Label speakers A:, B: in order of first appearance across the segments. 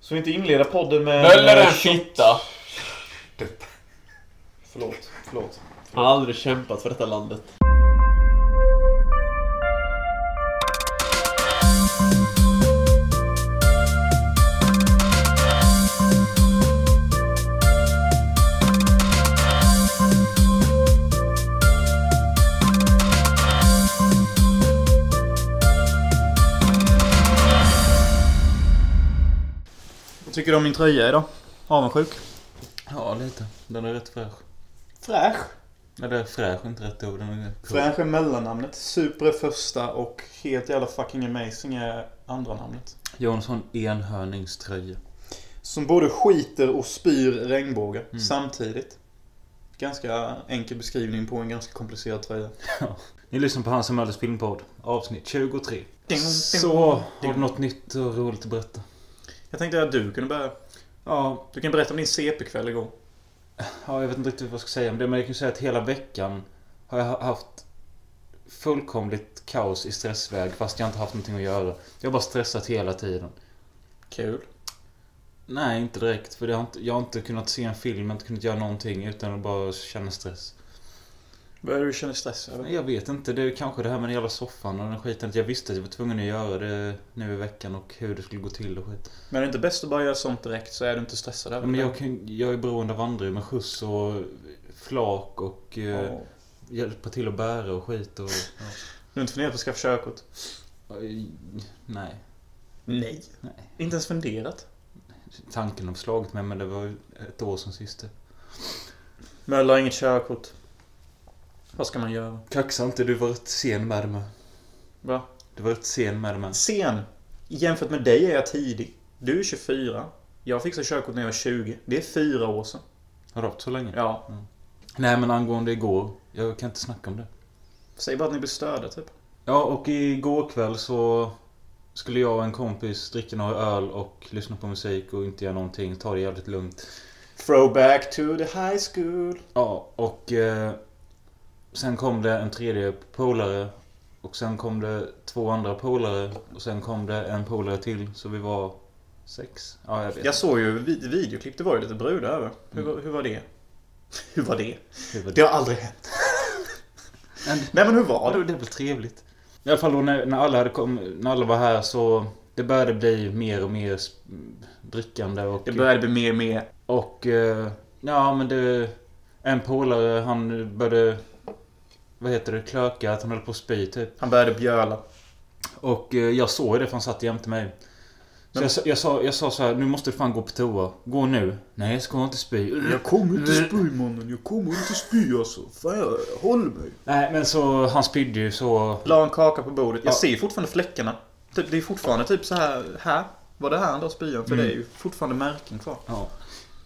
A: Ska vi inte inleda podden med... Eh,
B: Möller är
A: med
C: Eh,
B: en
A: shot?
B: fitta.
A: Förlåt, förlåt.
C: Han har aldrig kämpat för detta landet.
A: Vad tycker du om min tröja idag? Avundsjuk?
B: Ja, lite. Den är rätt fräsch.
A: Fräsch.
B: Eller fräsch är inte rätt ord. Den är cool.
A: Fräsch är mellannamnet. Super är första och helt jävla fucking amazing är andra namnet.
B: Jonsson enhörningströja.
A: Som både skiter och spyr regnbåge samtidigt. Ganska enkel beskrivning på en ganska komplicerad tröja.
B: Ni lyssnar på Hans och Möllers filmpodd. Avsnitt 23.
A: Ding, ding,
B: Så,
A: ding.
B: har du något nytt och roligt att berätta?
A: Jag tänkte att du kunde börja.
B: Ja,
A: Du kan berätta om din CP-kväll igår.
B: ja, jag vet inte riktigt vad jag ska säga om det. Men jag kan ju säga att hela veckan har jag ha- haft fullkomligt kaos i stressväg. Fast jag inte haft någonting att göra. Jag har bara stressat hela tiden.
A: Kul.
B: Nej, inte direkt. För det har inte, jag har inte kunnat se en film, inte kunnat göra någonting utan att bara känna stress.
A: Börjar du känna stress
B: Nej,
A: över?
B: Jag vet inte. Det är kanske det här med den jävla soffan och den skiten. Att jag visste att jag var tvungen att göra det nu i veckan och hur det skulle gå till och skit.
A: Men är det inte bäst att bara göra sånt direkt så är du inte stressad över
B: Men
A: det.
B: jag, kan, jag är beroende av andra med skjuts och flak och eh,
A: Ja.
B: hjälpa till att bära och skit och...
A: Du har inte funderat på att skaffa körkort?
B: Ja. Eh, Nej.
A: Nej.
B: Nej.
A: Inte ens funderat?
B: Tanken har slagit mig men det var ju ett år som sist.
A: Möller har inget körkort. Vad ska man göra?
B: Kaxa inte, du var rätt sen med det med.
A: Va?
B: Du var rätt sen med det med.
A: Sen. Jämfört med dig är jag tidig. Du är 24. Jag fixade körkort när jag var 20. Det är fyra år sedan.
B: Har det varit så länge?
A: Ja.
B: Nej men angående igår. Jag kan inte snacka om det.
A: Säg bara att ni blir störda typ.
B: Ja, och igår kväll så skulle jag och en kompis dricka några öl och lyssna på musik och inte göra någonting. Ta det jävligt lugnt.
A: Throwback to the high school.
B: Ja, och eh, sen kom det en tredje polare. Och sen kom det två andra polare. Och sen kom det en polare till. Så vi var sex. Ja, jag vet.
A: Jag såg ju vid- videoklipp. Det var ju lite brudar över. Hur, var- hur var det? Hur var det?
B: Det var-
A: Det har aldrig hänt.
B: Men-
A: Nej men hur
B: Ja,
A: var
B: det,
A: det?
B: det var trevligt. I alla fall då när, när, alla hade kom, när alla var här så... Det började bli mer och mer sp- drickande och...
A: Det började bli mer och mer.
B: Och... Eh, ja, men det... En polare, han började... Vad heter det? Klöka, att han höll på att spy typ.
A: Han började bjöla.
B: Och eh, jag såg ju det för han satt jämte mig. Så
A: Men-
B: jag, sa- jag, sa, jag sa så här, nu måste du fan gå på toa. Gå nu. Nej, jag ska inte spy.
A: kommer
B: inte spy,
A: mannen. Jag kommer inte spy alltså. Fan, jag håller mig.
B: Nej, men så han spydde ju så...
A: La en kaka på bordet. Jag
B: Ja.
A: ser fortfarande fläckarna. Typ, det är fortfarande typ så här. Här var det här han la spyan. För det är ju fortfarande märken kvar.
B: Ja.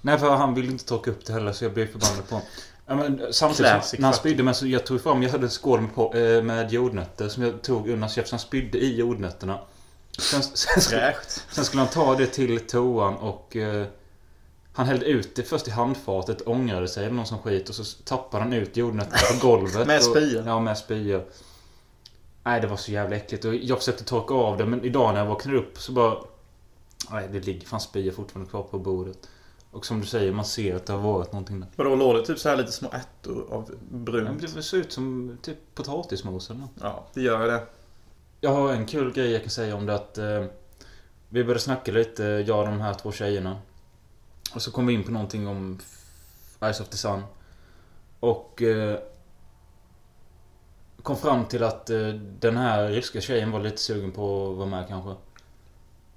B: Nej, för han ville inte torka upp det heller så jag blev förbannad på honom. Ja, men, samtidigt
A: Classic
B: som, när han
A: faktiskt.
B: spydde men så jag tog fram, jag hade en skål med, po- eh, med jordnötter som jag tog undan så han spydde i jordnötterna. Sen, sen, sen,
A: Fräscht.
B: sen skulle han ta det till toan och eh, han hällde ut det först i handfatet, ångrade sig eller någon som skit och så tappade han ut jordnötterna på golvet.
A: Med
B: och-
A: spyor.
B: Ja, med spyor. Nej, det var så jävla äckligt och jag försökte torka av det men idag när jag vaknade upp så bara... Nej, det ligger fan spyor fortfarande kvar på bordet. Och som du säger, man ser att det har varit någonting där.
A: Vadå, låg det typ så här lite små ärtor av
B: Ja, men
A: brunt?
B: Det ser ut som typ potatismos eller något.
A: Ja, det gör det.
B: Jag har en kul grej jag kan säga om det att eh, Vi började snacka lite, jag och de här två tjejerna Och så kom vi in på någonting om Eyes of the Sun Och eh, Kom fram till att eh, den här ryska tjejen var lite sugen på att vara med kanske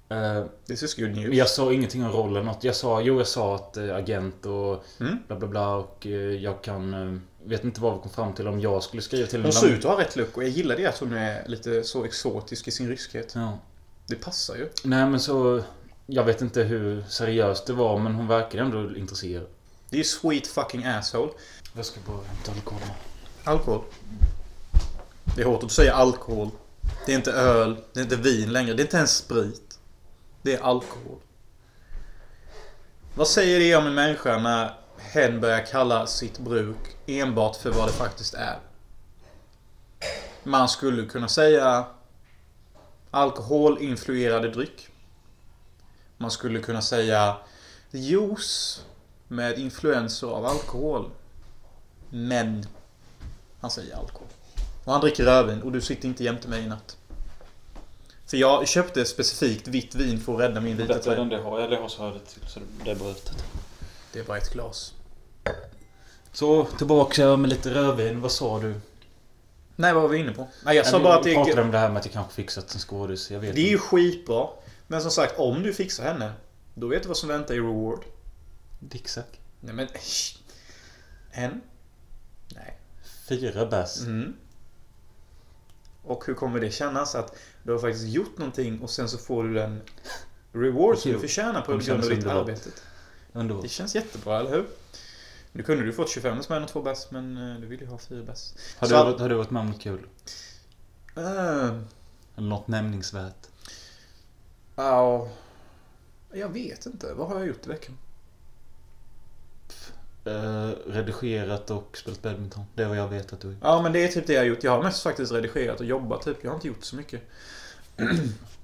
B: eh,
A: This is good
B: men
A: news.
B: Jag sa ingenting om rollen något. Jag sa, jo jag sa att eh, agent och
A: Mm.
B: bla bla bla och eh, jag kan eh, Vet inte vad vi kom fram till om jag skulle skriva till
A: Hon
B: henne
A: ser ut att ha rätt look och jag gillar det att hon är lite så exotisk i sin ryskhet.
B: ja.
A: Det passar ju.
B: Nej men så... Jag vet inte hur seriöst det var men hon verkar ändå intresserad.
A: Det är ju sweet fucking asshole.
B: Jag ska bara hämta alkohol.
A: Alkohol. Det är hårt att säga alkohol. Det är inte öl, det är inte vin längre, det är inte ens sprit. Det är alkohol. Vad säger det om en människa när hen börjar kalla sitt bruk enbart för vad det faktiskt är? Man skulle kunna säga alkoholinfluerade dryck. Man skulle kunna säga juice med influenser av alkohol. Men han säger alkohol. Och han dricker rödvin och du sitter inte jämte mig i natt. För jag köpte specifikt vitt vin för att rädda min vita
B: Bättre än
A: tröja.
B: det har jag, eller jag har så här till så det är brutet.
A: Det var ett glas.
B: Så tillbaka med lite rödvin. Vad sa du?
A: Nej, vad var vi inne på? Nej, jag sa
B: vi
A: bara att det är...
B: pratade om det här med att jag kanske fixat en skådis. Jag vet
A: Det är ju
B: inte.
A: skitbra. Men som sagt, om du fixar henne, då vet du vad som väntar i reward.
B: Dicksack.
A: Nej men... eh, shh. En? Nej.
B: Fyra bärs.
A: Mm. Och hur kommer det kännas att du har faktiskt gjort någonting och sen så får du den reward som du
B: Jo,
A: förtjänar på grund
B: det känns
A: av ditt
B: underbart.
A: arbete? Det
B: Underbart.
A: känns jättebra, eller hur? Nu kunde du fått 25 som en och två bäst, men eh, du vill ju ha fyra bäst.
B: Har
A: Så-
B: du, varit- har du varit med om något kul?
A: Äh,
B: Eller något nämningsvärt?
A: ja. Jag vet inte. Vad har jag gjort i veckan?
B: Eh, redigerat och spelat badminton. Det är vad jag vet att du
A: Ja, men det är typ det jag har gjort. Jag har mest faktiskt redigerat och jobbat, typ. Jag har inte gjort så mycket.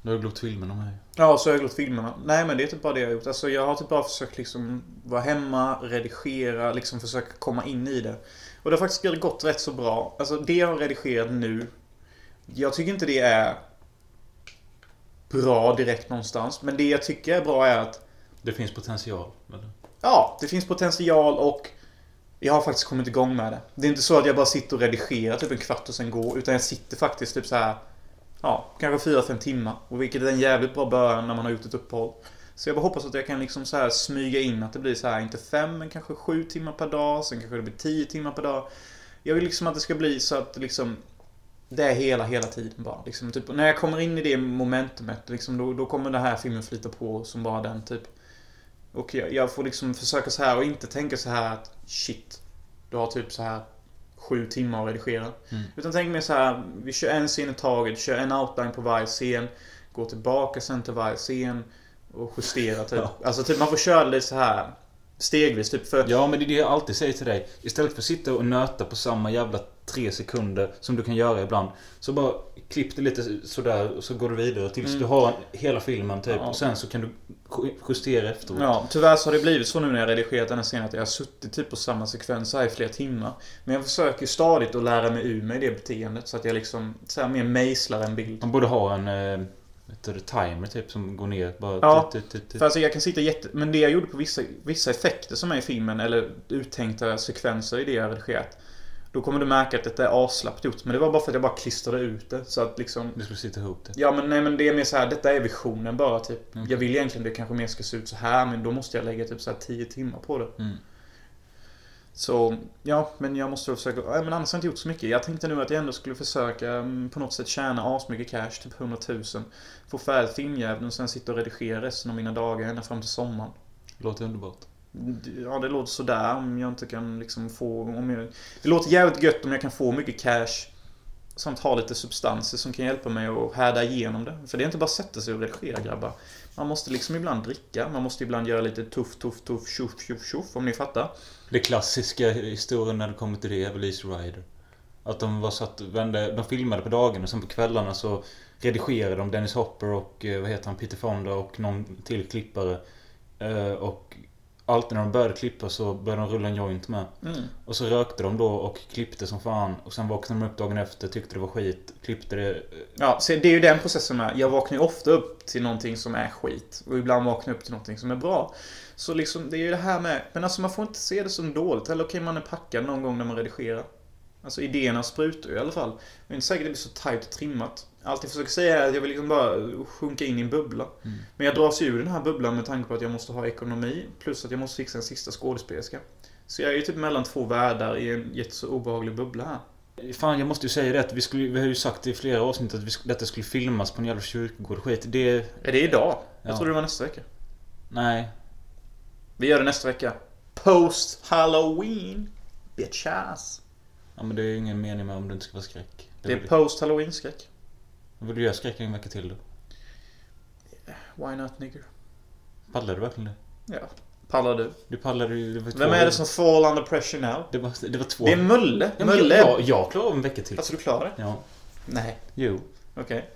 B: Du har glott filmen om mig.
A: Ja, så har jag glott filmerna. Nej, men det är typ bara det jag har gjort. Alltså, jag har typ bara försökt liksom vara hemma, redigera, liksom försöka komma in i det. Och det har faktiskt gått rätt så bra. Alltså, det jag har redigerat nu, jag tycker inte det är bra direkt någonstans. Men det jag tycker är bra är att,
B: Det finns potential. Eller?
A: ja, det finns potential och jag har faktiskt kommit igång med det. Det är inte så att jag bara sitter och redigerar typ en kvart och sen går, utan jag sitter faktiskt typ så här Ja, kanske fyra fem timmar. Och vilket är en jävligt bra början när man har gjort ett uppehåll. Så jag bara hoppas att jag kan liksom så här smyga in att det blir så här, inte fem men kanske sju timmar per dag. Sen kanske det blir tio timmar per dag. Jag vill liksom att det ska bli så att liksom det är hela, hela tiden bara. Liksom, typ, när jag kommer in i det momentumet, liksom, då, då kommer den här filmen flyta på som bara den, typ. Och jag, jag får liksom försöka så här och inte tänka så här att shit, du har typ så här sju timmar att redigera.
B: Mm.
A: Utan tänk mig så här, vi kör en scen i taget, kör en outline på varje scen, går tillbaka sen till varje scen och justerar typ.
B: Ja.
A: Alltså typ man får köra lite så här stegvis typ. För
B: Ja, men det är det jag alltid säger till dig. Istället för att sitta och nöta på samma jävla tre sekunder som du kan göra ibland. Så bara klipp det lite sådär och så går du vidare tills
A: Mm.
B: du har hela filmen typ.
A: Ja.
B: Och sen så kan du ju- justera efteråt.
A: Ja, tyvärr så har det blivit så nu när jag redigerat den här scenen att jag har suttit typ på samma sekvens här i flera timmar. Men jag försöker ju stadigt att lära mig ur mig det beteendet så att jag liksom så här mer mejslar en bild.
B: Man borde ha en... Eh, vet du, timer typ som går ner. Bara
A: Ja,
B: tut, tut, tut.
A: För alltså jag kan sitta jätte... Men det jag gjorde på vissa, vissa effekter som är i filmen eller uttänkta sekvenser i det jag har redigerat. Då kommer du märka att detta är aslappt gjort. Men det var bara för att jag bara klistrade ut det. Så att liksom...
B: Du skulle sitta ihop typ. det.
A: Ja men nej men det är mer så här, detta är visionen bara typ.
B: Mm.
A: Jag vill egentligen det kanske mer ska se ut så här men då måste jag lägga typ så här 10 timmar på det.
B: Mm.
A: Så, ja, men jag måste försöka... ja, Men annars har jag inte gjort så mycket. Jag tänkte nu att jag ändå skulle försöka mm, på något sätt tjäna asmycket cash, typ 100 000. Få färdigt filmjäveln och sen sitta och redigera resten av mina dagar ända fram till sommaren.
B: Låter underbart.
A: Ja, det låter sådär om jag inte kan liksom få... Om jag, det låter jävligt gött om jag kan få mycket cash. Samt ha lite substanser som kan hjälpa mig att härda igenom det. För det är inte bara att sätta sig och redigera grabbar. Man måste liksom ibland dricka, man måste ibland göra lite tuff, tuff, tuff, tjoff, tjoff, tjoff om ni fattar.
B: Det klassiska historien när det kommer till det är väl Easy Rider. Att de var satt, vände, de filmade på dagarna och sen på kvällarna så redigerade de Dennis Hopper och eh, vad heter han, Peter Fonda och någon till klippare. Eh, Och alltid när de började klippa så började de rulla en joint med.
A: Mm.
B: Och så rökte de då och klippte som fan. Och sen vaknade de upp dagen efter, tyckte det var skit, klippte det. eh,
A: Ja, så det är ju den processen med. Jag vaknar ju ofta upp till någonting som är skit. Och ibland vaknar jag upp till någonting som är bra. Så liksom, det är ju det här med... Men alltså man får inte se det som dåligt. Eller okej, man är packad någon gång när man redigerar. Alltså idéerna sprutar ju i alla fall. Men det är inte säkert det blir så tajt och trimmat. Allt jag försöker säga är att jag vill liksom bara sjunka in i en bubbla.
B: Mm.
A: Men jag dras ju ur den här bubblan med tanke på att jag måste ha ekonomi. Plus att jag måste fixa en sista skådespelerska. Så jag är ju typ mellan två världar i en jätteså obehaglig bubbla här.
B: Eh, Fan, jag måste ju säga det att vi, skulle, vi har ju sagt i flera avsnitt att vi, sk- detta skulle filmas på en jävla kyrkogård. Skit, det...
A: Är det idag? Jag
B: Ja.
A: trodde det var nästa vecka.
B: Nej.
A: Vi gör det nästa vecka. Post halloween. Bitches.
B: Ja, men det är ju ingen mening med om det inte ska vara skräck.
A: Det
B: vill-
A: är post halloween skräck.
B: Vill du göra skräck en vecka till då?
A: Why not nigger?
B: Pallar du verkligen det?
A: Ja. Pallar du?
B: Du pallade ju... det var två-
A: Vem är det som fall under pressure now?
B: Det var, det var två...
A: Det är Alltså, Mölle.
B: Ja, men
A: Mölle.
B: Jag, jag, jag klarar av en vecka till.
A: Alltså du klarar det?
B: Ja.
A: Nej.
B: Jo.
A: Okej.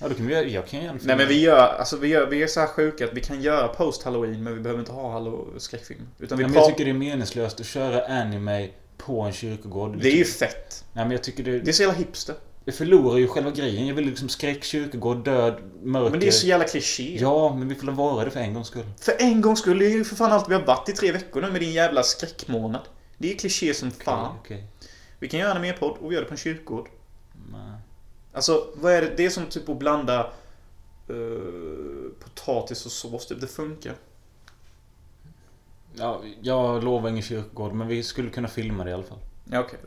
B: Ja, då kan vi, göra- jag kan ju gärna
A: Nej men vi gör, alltså vi, gör, vi är så här sjuka att vi kan göra post-halloween men vi behöver inte ha hallo- skräckfilm. Utan vi
B: Nej, men jag tycker det är meningslöst att köra anime på en kyrkogård.
A: Det är ju fett.
B: Nej men jag tycker det...
A: Det är så jävla hipster.
B: Jag förlorar ju själva grejen. Jag vill liksom skräck, kyrkogård, död, mörker.
A: Men det är så jävla kliché.
B: Ja, men vi får väl vara det för en gångs skull.
A: För en gång skulle ju för fan allt vi har varit i tre veckor nu med din jävla skräckmånad. Det är kliché som fan.
B: Okej, okej.
A: Vi kan göra en mer podd och vi gör det på en kyrkogård.
B: Nej.
A: Alltså, vad är det? Det är som typ att blanda eh, potatis och sås typ. Det funkar.
B: Ja, jag lovar ingen kyrkogård, men vi skulle kunna filma det i alla fall.
A: Ja, okej.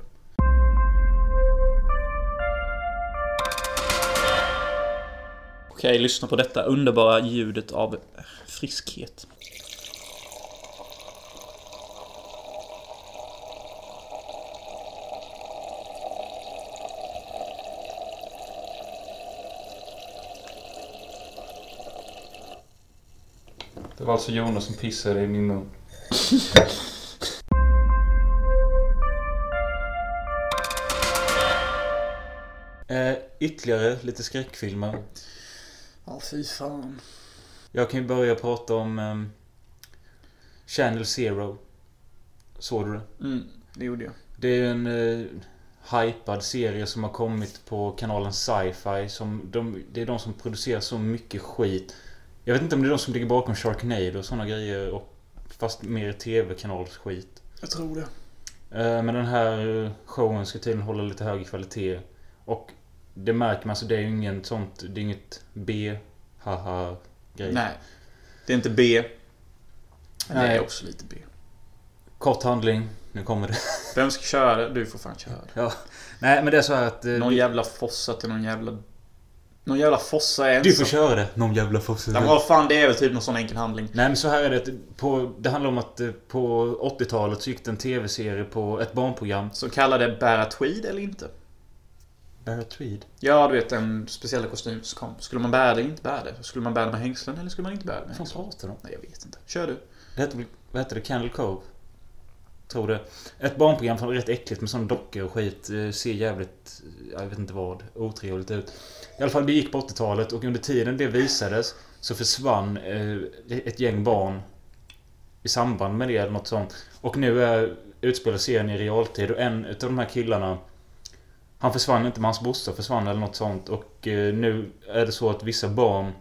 A: Okej, lyssna på detta underbara ljudet av friskhet.
B: Det var alltså Jonas som pissade i min mun. eh, ytterligare lite skräckfilmer.
A: Ja, fy fan.
B: Jag kan ju börja prata om ehm, Channel Zero. Såg du det?
A: Mm, det gjorde jag.
B: Det är ju en eh, hypad serie som har kommit på kanalen Sci-Fi. Som de, det är de som producerar så mycket skit. Jag vet inte om det är de som ligger bakom Sharknado och sådana grejer. Och, fast mer TV-kanalsskit.
A: Jag tror det.
B: Eh, Men den här eh, showen ska tydligen hålla lite hög kvalitet. Och det märker man, så det är ju ingen sånt, det är inget B, haha grej.
A: Nej. Det är inte B. Men Det
B: Nej.
A: är också lite B.
B: Kort handling, nu kommer det.
A: Vem ska köra det? Du får fan köra det.
B: Ja. Nej men det är så här att... eh,
A: Någon
B: du-
A: jävla fossa till någon jävla... Någon jävla fossa är
B: du får
A: ensam.
B: köra det, någon jävla fosse.
A: Ja, vad fan, det är väl typ någon sån enkel handling.
B: Nej men så här är det, att på, det handlar om att eh, på 80-talet så gick det en TV-serie på ett barnprogram.
A: Så kallar det bära tweed eller inte.
B: Barrett Tweed?
A: Ja, du vet en speciell kostym som kom. Skulle man bära det eller inte bära det? Skulle man bära det med hängslen eller skulle man inte bära det med
B: Vad fan
A: hängslen?
B: pratar de om?
A: Nej, jag vet inte. Kör du.
B: Det hette, väl- vad hette det? Candle Cove? Tror det. Ett barnprogram som var rätt äckligt med sådana dockor och skit. eh, Ser jävligt, eh, jag vet inte vad, otrevligt ut. I alla fall, det gick på 80-talet och under tiden det visades så försvann eh, ett gäng barn i samband med det eller något sånt. Och nu är, utspelar serien i realtid och en utav de här killarna han försvann inte men hans brorsa försvann eller något sånt och eh, nu är det så att vissa barn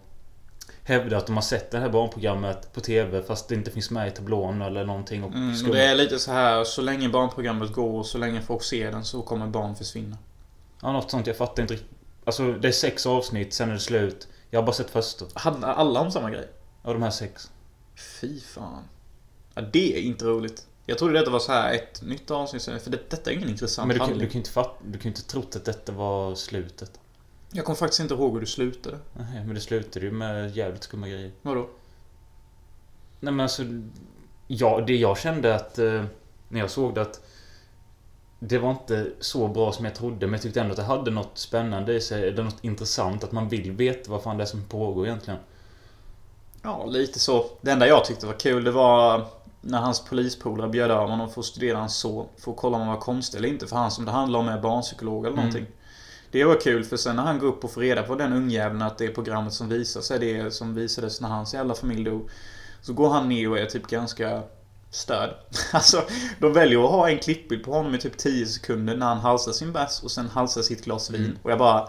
B: hävdar att de har sett det här barnprogrammet på TV fast det inte finns med i tablån eller någonting. Och
A: Mm, och
B: skumma-
A: det är lite så här, så länge barnprogrammet går och så länge folk ser den så kommer barn försvinna.
B: Ja, något sånt. Jag fattar inte riktigt. Alltså, det är sex avsnitt, sen är det slut. Jag har bara sett första.
A: Handlar alla om samma grej?
B: Av de här sex.
A: Fy fan. Ja, det är inte roligt. Jag trodde detta var så här ett nytt avsnitt, för det, detta är ingen intressant
B: Men du kan,
A: handling.
B: du kan ju inte fatta, du kan ju inte trott att detta var slutet.
A: Jag kommer faktiskt inte ihåg hur du slutade.
B: Nej, men det slutade ju med jävligt skumma grejer.
A: Vadå?
B: Nej men alltså... Ja, det jag kände att... Eh, när jag såg det att... Det var inte så bra som jag trodde, men jag tyckte ändå att det hade något spännande i sig. Eller något intressant, att man vill veta vad fan det är som pågår egentligen.
A: Ja, lite så. Det enda jag tyckte var kul, det var när hans polispolare bjöd över honom för att studera hans son. För att kolla om han var konstig eller inte. För han som det handlar om är barnpsykolog eller
B: Mm.
A: någonting. Det var kul, för sen när han går upp och får reda på den ungjäveln att det programmet som visas är det som visades när hans jävla familj dog. Så går han ner och är typ ganska störd. Alltså, de väljer att ha en klippbild på honom i typ 10 sekunder när han halsar sin bärs och sen halsar sitt glas vin.
B: Mm.
A: Och jag bara...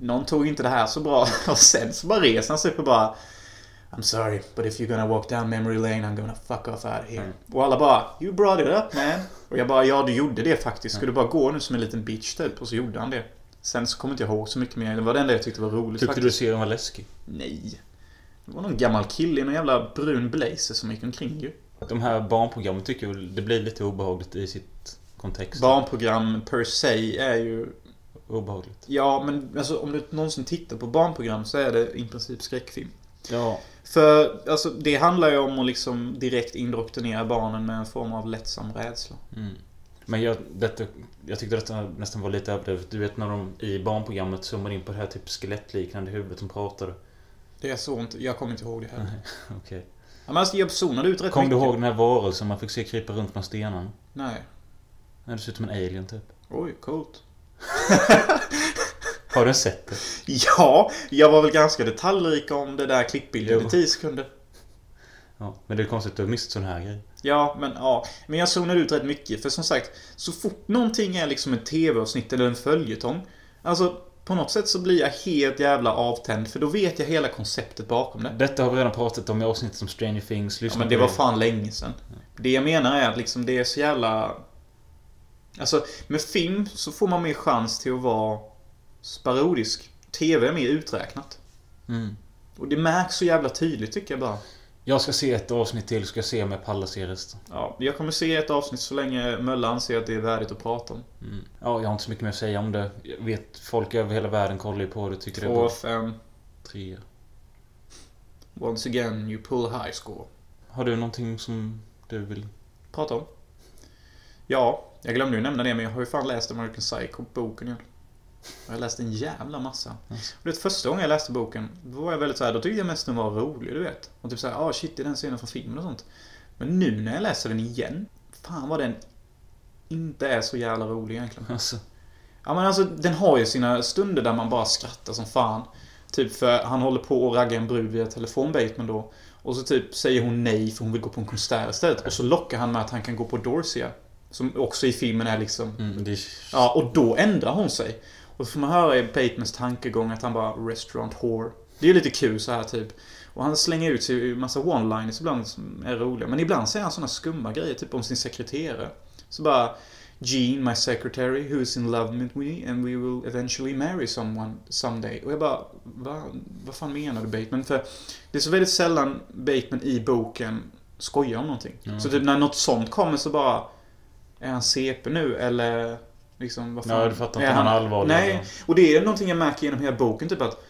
A: Någon tog inte det här så bra. Och sen så bara reser han sig upp och bara... I'm sorry, but if you're gonna walk down memory lane I'm gonna fuck off out here.
B: Mm.
A: Och alla bara You brought it up man. Och jag bara ja du gjorde det faktiskt.
B: Mm.
A: Ska du bara gå nu som en liten bitch typ? Och så gjorde han det. Sen så kommer inte jag ihåg så mycket mer. Det var det enda jag tyckte var roligt
B: Tyckte du
A: faktiskt.
B: serien var läskig?
A: Nej. Det var någon gammal kille i någon jävla brun blazer som gick omkring ju.
B: De här barnprogrammen tycker jag väl- det blir lite obehagligt i sitt kontext.
A: Barnprogram per se är ju...
B: Obehagligt.
A: Ja men alltså om du någonsin tittar på barnprogram så är det i princip skräckfilm.
B: Ja.
A: För alltså, det handlar ju om att liksom direkt indoktrinera barnen med en form av lättsam rädsla.
B: Mm. Men jag, detta, jag tyckte detta nästan var lite överdrivet. Du vet när de i barnprogrammet zoomar in på det här typ skelettliknande huvudet som pratade.
A: Det är så inte, jag kommer inte ihåg det heller.
B: Okej.
A: Ja, men alltså jag zonade ut rätt
B: Kom du
A: mycket.
B: ihåg den här varelsen man fick se krypa runt bland stenarna?
A: Nej.
B: Den ser ut som en alien typ.
A: Oj, coolt.
B: Har du sett det?
A: Ja, jag var väl ganska detaljrik om det där klippbilden
B: Jo.
A: i 10 sekunder.
B: Ja, men det är konstigt att du har missat sån här grej.
A: Ja, men ja. Men jag zonar ut rätt mycket. För som sagt, så fort någonting är liksom ett tv-avsnitt eller en följetong. Alltså, på något sätt så blir jag helt jävla avtänd. För då vet jag hela konceptet bakom det.
B: Detta har vi redan pratat om i avsnittet som Stranger Things.
A: Ja,
B: Lyssna
A: men
B: på
A: det var fan länge sedan. Det jag menar är att liksom det är så jävla... Alltså, med film så får man mer chans till att vara sparodisk. TV är mer uträknat.
B: Mm.
A: Och det märks så jävla tydligt tycker jag bara.
B: Jag ska se ett avsnitt till, ska jag se med Palla ser resten.
A: Ja, jag kommer se ett avsnitt så länge Mölla anser att det är värdigt att prata om.
B: Mm. Ja, jag har inte så mycket mer att säga om det. Jag vet, folk över hela världen kollar ju på det tycker det är
A: Två,
B: bra.
A: fem,
B: Tre.
A: once again you pull high score.
B: Har du någonting som du vill...
A: Prata om. Ja, jag glömde ju nämna det men jag har ju fan läst American Psycho-boken igen. Och jag läste en jävla massa. Och det första gången jag läste boken, då var jag väldigt så här, då tyckte jag mest den var rolig, du vet. Och typ såhär, ah shit, det är den scenen från filmen och sånt. Men nu när jag läser den igen, fan vad den inte är så jävla rolig egentligen.
B: Alltså,
A: Ja men alltså den har ju sina stunder där man bara skrattar som fan. Typ för han håller på att ragga en brud via telefonbateman då. Och så typ säger hon nej för hon vill gå på en konsert istället. Och så lockar han med att han kan gå på Dorsia. Som också i filmen är liksom...
B: mm, det är...
A: Ja, och då ändrar hon sig. Och så får man höra i Batemans tankegång att han bara “restaurant whore”. Det är ju lite kul så här typ. Och han slänger ut sig i massa one-liners ibland som är roliga. Men ibland säger han såna skumma grejer, typ om sin sekreterare. Så bara “Jean, my secretary, who is in love with me and we will eventually marry someone someday”. Och jag bara Va, Vad fan menar du Bateman? För det är så väldigt sällan Bateman i boken skojar om någonting.
B: Ja.
A: Så typ när något sånt kommer så bara Är han CP nu eller Liksom, vad fan?
B: Ja, du fattar
A: Är
B: inte om han är allvarlig.
A: Nej, och det är någonting jag märker genom hela boken, typ att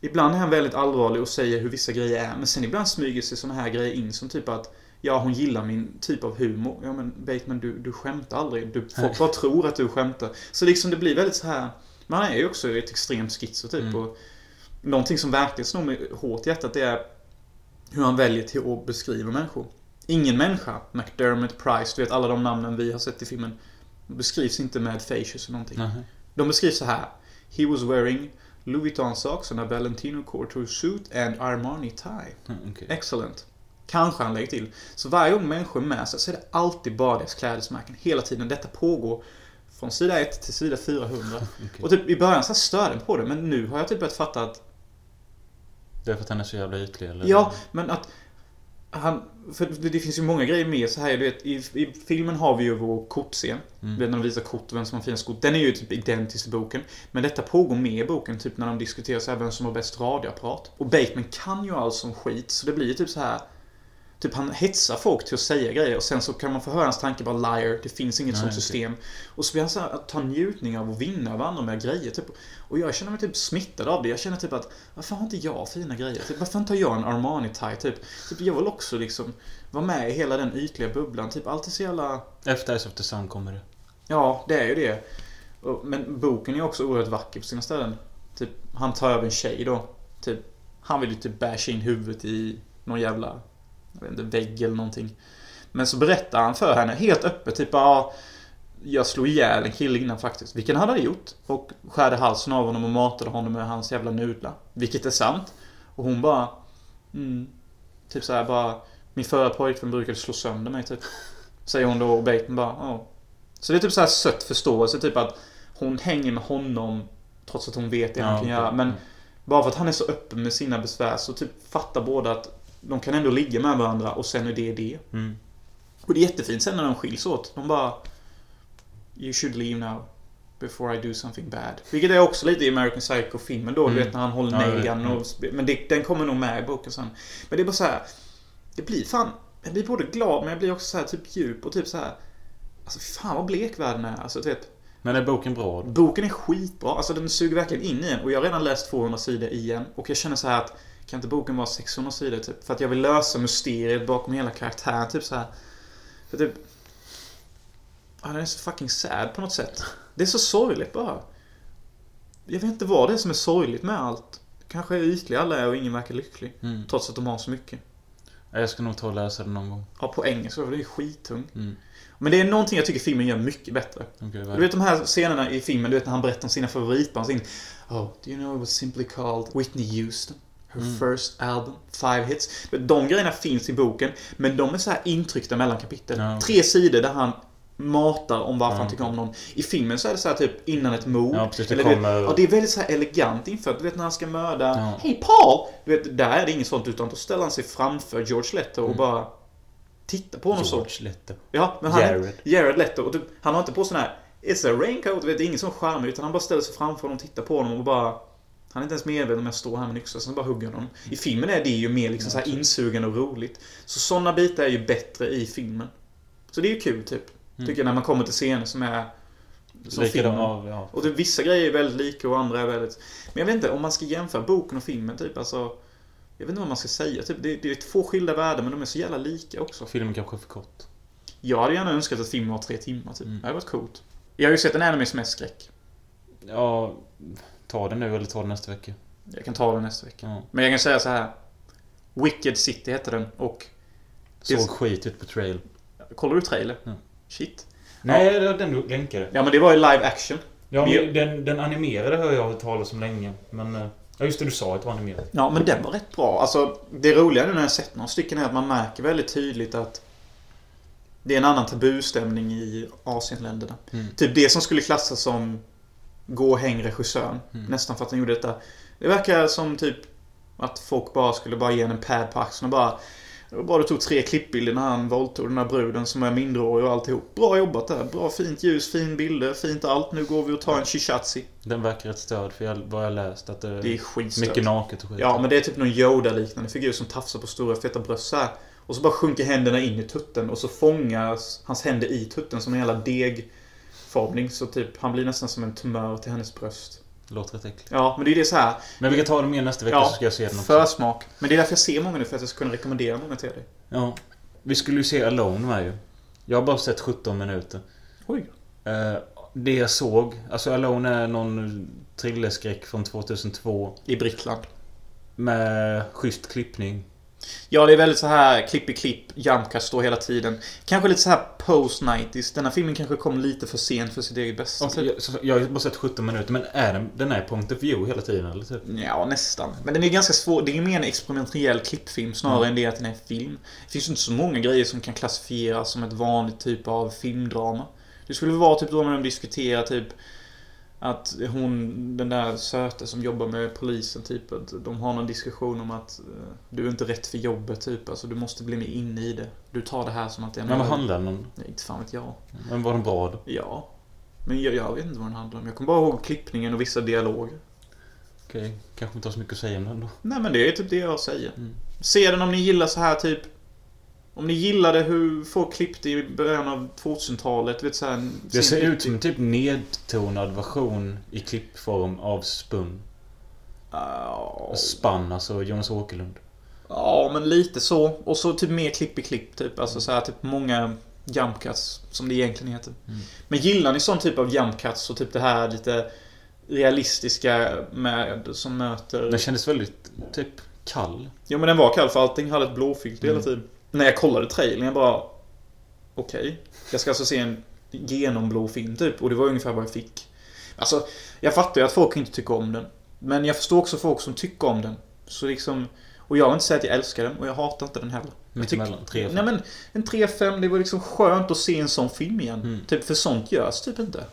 A: Ibland är han väldigt allvarlig och säger hur vissa grejer är, men sen ibland smyger sig såna här grejer in som typ att Ja, hon gillar min typ av humor. Ja, men Bateman, du, du skämtar aldrig. Du, folk bara tror att du skämtar. Så liksom det blir väldigt så här Man är ju också ett extremt schizo typ.
B: Mm.
A: Och någonting som verkligen slår mig hårt i hjärtat det är hur han väljer till att beskriva människor. Ingen människa, McDermott, Price, du vet alla de namnen vi har sett i filmen, beskrivs inte med facials eller någonting.
B: Nej.
A: De beskrivs så här. He was wearing Louis Vuitton socks and a Valentino couture suit and Armani tie.
B: Mm, okej.
A: Excellent. Kanske han lägger till. Så varje gång människor är med sig så är det alltid bara deras klädesmärken. Hela tiden. Detta pågår från sida 1 till sida 400.
B: Okej.
A: Och typ i början så störde jag på det men nu har jag typ börjat fatta att
B: Det är för att han är så jävla ytlig eller?
A: Ja, men att han, för det det finns ju många grejer med så här. Du vet, i, I filmen har vi ju vår kortscen.
B: Mm.
A: Du vet när de visar kort, vem som har finast kort. Den är ju typ identisk till boken. Men detta pågår med i boken, typ när de diskuterar så här, vem som har bäst radioapparat. Och Bateman kan ju allt som skit, så det blir ju typ så här. Typ han hetsar folk till att säga grejer och sen så kan man få höra hans tanke bara liar, det finns inget
B: Nej,
A: sånt
B: okej.
A: system. Och så blir han så här, att ta njutning av att vinna över andra med grejer typ. Och jag känner mig typ smittad av det. Jag känner typ att varför har inte jag fina grejer? Typ, varför inte har jag en Armani-tie? Typ? Typ, jag vill också liksom vara med i hela den ytliga bubblan. Typ, allt är så jävla...
B: Efter Ice of the Sun kommer det.
A: Ja, det är ju det. Och- Men boken är också oerhört vacker på sina ställen. Typ, han tar över en tjej då. Typ, han vill ju typ basha in huvudet i någon jävla jag vet inte, vägg eller någonting. Men så berättar han för henne helt öppet typ ja, jag slog ihjäl en kille innan faktiskt. Vilken han hade gjort. Och skärde halsen av honom och matade honom med hans jävla nudlar. Vilket är sant. Och hon bara mm, Typ såhär bara Min förra pojkvän brukade slå sönder mig typ. Säger hon då och Bateman bara ja. Så det är typ så här sött förståelse, typ att hon hänger med honom trots att hon vet det han
B: Ja,
A: kan
B: okej.
A: göra. Men
B: Mm.
A: bara för att han är så öppen med sina besvär så typ fattar båda att de kan ändå ligga med varandra och sen är det det.
B: Mm.
A: Och det är jättefint sen när de skiljs åt. De bara... You should leave now. Before I do something bad. Vilket är också lite i American Psycho-filmen då. Du
B: Mm.
A: vet när han håller
B: Ja, jag vet.
A: Negan och... Men det, den kommer nog med i boken sen. Men det är bara så här. Det blir fan... Jag blir både glad men jag blir också så här typ djup och typ så här... Alltså fan vad blek världen är. Alltså typ...
B: Men är boken bra? då?
A: Boken är skitbra. Alltså den suger verkligen in i en. Och jag har redan läst 200 sidor igen. Och jag känner så här att kan inte boken vara 600 sidor typ? För att jag vill lösa mysteriet bakom hela karaktären typ så här. För typ... Ja, den är så fucking sad på något sätt. Det är så sorgligt bara. Jag vet inte vad det är som är sorgligt med allt. Kanske är ytliga alla är och ingen verkar lycklig.
B: Mm.
A: Trots att de har så mycket.
B: Ja, Jag ska nog ta och läsa den någon gång.
A: Ja, på engelska, för det är ju skittung.
B: Mm.
A: Men det är någonting jag tycker filmen gör mycket bättre.
B: Okej,
A: Du
B: vad-
A: vet de här scenerna i filmen, du vet när han berättar om sina favoritband. Sin, oh, do you know it was simply called Whitney Houston? Her
B: Mm.
A: first album, five hits. De grejerna finns i boken, men de är så här intryckta mellan kapitel.
B: Ja, okej.
A: Tre sidor där han matar om varför
B: Ja,
A: han tycker om någon. I filmen så är det så här typ innan ett mord.
B: Ja, precis. Det
A: Eller du vet,
B: kommer...
A: Ja, det är väldigt så här elegant infört. Du vet när han ska mörda...
B: Ja.
A: Hej Paul! Du vet, där är det inget sånt utan då ställer han sig framför George Leto och
B: Mm.
A: bara tittar på honom så.
B: George Leto.
A: Ja, men han är-
B: Jared.
A: Jared Leto. Och typ, han har inte på sån här It's a raincoat. Du vet, det är ingen sån charm utan han bara ställer sig framför honom och tittar på honom och bara... Han är inte ens medveten om jag står här med en yxa, sen bara hugger han honom. I filmen är det ju mer liksom så här insugande och roligt. Så såna bitar är ju bättre i filmen. Så det är ju kul, typ.
B: Mm.
A: Tycker jag, när man kommer till scener som är... Som
B: Likadant
A: filmen.
B: av... Ja.
A: Och typ, vissa grejer är väldigt lika och andra är väldigt... Men jag vet inte, om man ska jämföra boken och filmen typ, alltså... Jag vet inte vad man ska säga, typ, det, det är två skilda världar men de är så jävla lika också.
B: Filmen kanske är för kort.
A: Jag hade gärna önskat att filmen var tre timmar typ.
B: Mm.
A: Det hade varit coolt. Jag har ju sett en anime som är skräck.
B: Ja, ta den nu eller ta den nästa vecka.
A: Jag kan ta den nästa vecka.
B: Ja.
A: Men jag kan säga så här. Wicked City hette den och...
B: Såg
A: Yes.
B: skit ut på trail.
A: Kollar du trailer?
B: Mm.
A: Shit.
B: Nej, det var den du länkade.
A: Ja men det var ju live action.
B: Ja,
A: Men-
B: men den, den animerade har jag hört talas om länge. Men... eh, Ja, just det. Du sa att det var animerad.
A: Ja, men den var rätt bra. Alltså, det roliga nu när jag sett några stycken är att man märker väldigt tydligt att det är en annan tabustämning i Asienländerna.
B: Mm.
A: Typ det som skulle klassas som gå och häng regissören.
B: Mm.
A: Nästan för att han gjorde detta. Det verkar som typ att folk bara skulle bara ge en en pad på axeln och bara det var bara du tog tre klippbilder när han våldtog den här bruden som är minderårig och alltihop. Bra jobbat där. Bra fint ljus, fin bilder, fint allt. Nu går vi och tar en shishatsi.
B: Den verkar rätt störd för jag, vad jag läst att det,
A: Det är
B: är
A: skitstört.
B: mycket naket och skit.
A: Ja, men det är typ någon Yoda-liknande figur som tafsar på stora feta bröst så här. Och så bara sjunker händerna in i tutten och så fångas hans händer i tutten som en jävla degformning. Så typ, han blir nästan som en tumör till hennes bröst.
B: Låter rätt äckligt.
A: Ja, men det är det så här.
B: Men vi kan ta den mer nästa vecka
A: Ja,
B: så ska jag se den också.
A: Försmak. Men det är därför jag ser många nu, för att jag ska kunna rekommendera många till dig.
B: Ja. Vi skulle ju se Alone med ju. Jag har bara sett 17 minuter.
A: Oj.
B: Eh, det jag såg, alltså Alone är någon thrillerskräck från 2002
A: I Brickland.
B: med schysst klippning.
A: Ja, det är väldigt så här klipp i klipp, jamkas står hela tiden. Kanske lite så här post 90s Den här filmen kanske kom lite för sent för sitt eget bästa.
B: Alltså, jag, så, jag har bara sett 17 minuter men är den, den är point of view hela tiden eller typ?
A: Ja, nästan. Men den är ganska svår. Det är mer en experimentell klippfilm snarare
B: Mm.
A: än det att den är film. Det finns ju inte så många grejer som kan klassifieras som ett vanligt typ av filmdrama. Det skulle vara typ då när de diskuterar typ att hon, den där söta som jobbar med polisen, typ att de har någon diskussion om att eh, du är inte rätt för jobbet, typ. Alltså du måste bli mer inne i det. Du tar det här som att det är
B: Men vad handlar den om?
A: Nej, inte fan vet jag.
B: Men var den bra då?
A: Ja. Men jag, jag vet inte vad den handlar om. Jag kommer bara ihåg klippningen och vissa dialoger.
B: Okej, kanske inte har så mycket att säga om den då.
A: Nej men det är typ det jag säger.
B: Mm.
A: Se den om ni gillar så här typ... Om ni gillade hur folk klippte i början av 2000-talet, vet så här,
B: Det ser
A: sen-
B: ut som en typ nedtonad version i klippform av Spun.
A: Ja,
B: Spann, alltså Jonas Åkerlund.
A: Ja, men lite så. Och så typ mer klipp i klipp, typ. Alltså så här, typ många jump cuts, som det egentligen heter.
B: Mm.
A: Men gillar ni sån typ av jump cuts och typ det här lite realistiska med, som möter...
B: Den kändes väldigt, typ, kall.
A: Jo men den var kall för allting hade ett blåfilter
B: Mm.
A: hela tiden. När jag kollade trailern, jag bara... Okej. Jag ska alltså se en genomblå film typ. Och det var ungefär vad jag fick. Alltså, jag fattar ju att folk inte tycker om den. Men jag förstår också folk som tycker om den. Så liksom... Och jag vill inte säga att jag älskar den och jag hatar inte den heller. Jag tyck-
B: Mittemellan, tre och
A: Nej
B: fem.
A: men, en 3-5, det var liksom skönt att se en sån film igen.
B: Mm.
A: Typ, för sånt görs typ inte.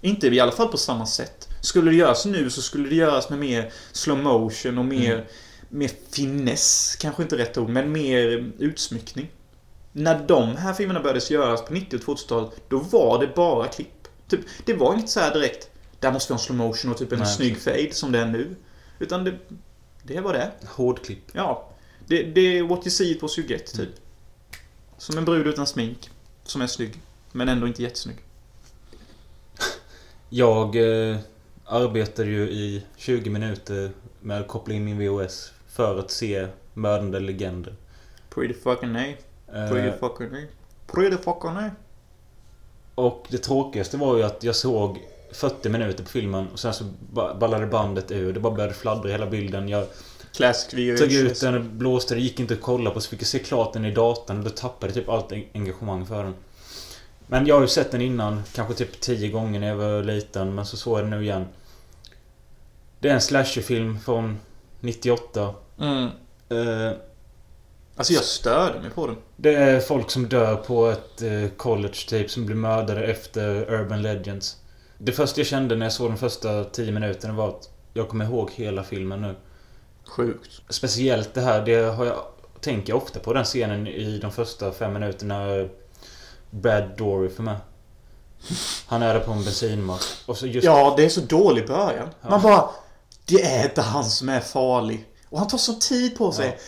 A: Inte i alla fall på samma sätt. Skulle det göras nu så skulle det göras med mer slow motion och mer,
B: Mm.
A: mer finess, kanske inte rätt ord, men mer utsmyckning. När de här filmerna började göras på 90 och 2000-talet, då var det bara klipp. Typ, det var inte så här direkt, där måste vi ha en slow motion och typ en
B: Nej,
A: snygg fade som det är nu. Utan det, det var det.
B: Hårdklipp.
A: Ja. Det, det är what you see it was you get, typ.
B: Mm.
A: Som en brud utan smink. Som är snygg. Men ändå inte jättesnygg.
B: Jag eh, arbetade ju i 20 minuter med att koppla in min VOS för att se Mördande Legender.
A: Pretty fucking nej. Pretty
B: Eh,
A: fucking nej. Pretty fucking nej.
B: och det tråkigaste var ju att jag såg 40 minuter på filmen och sen så ba- ballade bandet ur. Det bara började fladdra i hela bilden. Jag
A: Classic video
B: Tog ut den, och blåste, det gick inte att kolla på så fick jag se klart den i datorn och då tappade jag typ allt en- engagemang för den. Men jag har ju sett den innan, kanske typ tio gånger när jag var liten, men så såg jag den nu igen. Det är en slasherfilm från 98.
A: Mm.
B: Eh,
A: Alltså jag störde mig på den.
B: Det är folk som dör på ett eh, college typ som blir mördade efter Urban Legends. Det första jag kände när jag såg de första 10 minuterna var att jag kommer ihåg hela filmen nu.
A: Sjukt.
B: Speciellt det här, det har jag, tänker jag ofta på den scenen i de första fem minuterna Brad Dory för mig. Han är där på en bensinmack. Och så just...
A: Ja, det är så dålig början.
B: Ja.
A: Man bara... Det är inte han som är farlig. Och han tar så tid på sig.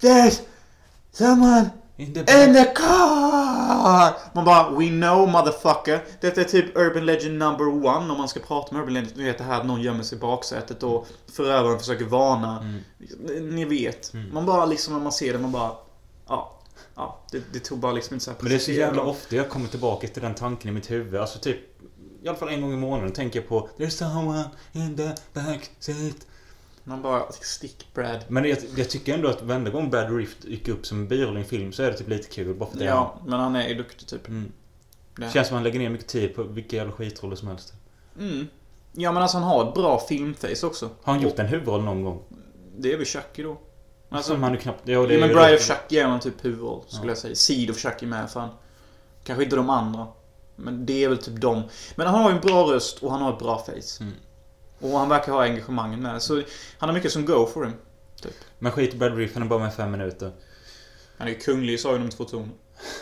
A: There's someone
B: In the
A: in the car! Man bara, we know motherfucker. Detta är typ Urban Legend number one om man ska prata om Urban Legend. Ni vet det här att någon gömmer sig i baksätet och förövaren försöker varna.
B: Mm.
A: Ni vet.
B: Mm.
A: Man bara liksom, när man ser det, man bara... Ja. Ja, det, det tog bara liksom inte så här
B: Men det är så jävla ofta jag kommer tillbaka till den tanken i mitt huvud. Alltså typ, i alla fall en gång i månaden tänker jag på There's someone in the backseat.
A: Man bara, stick Brad.
B: Men jag, jag tycker ändå att varenda gång Bad Rift gick upp som en biroll i en film så är det typ lite kul bara för att det är han.
A: Ja, men han är ju duktig typ.
B: mm.
A: Det.
B: Känns som att han lägger ner mycket tid på vilka jävla skitroller som helst.
A: Mm. Ja men alltså han har ett bra filmface också.
B: Har han gjort en huvudroll någon gång?
A: Det är väl Chucky då.
B: Alltså,
A: Alltså,
B: han är knappt... Ja, det
A: jo,
B: är
A: men
B: ju
A: Bride
B: roll-
A: of Chucky är en typ huvudroll skulle jag säga. Seed of Chucky med fan. Kanske inte de andra. Men det är väl typ dem. Men han har ju en bra röst och han har ett bra face.
B: Mm.
A: Och han verkar ha engagemanget med. Så han har mycket som go for him.
B: Men skit i Brad Rift, han är bara med fem minuter.
A: Han är ju kunglig i Sagan om två toner.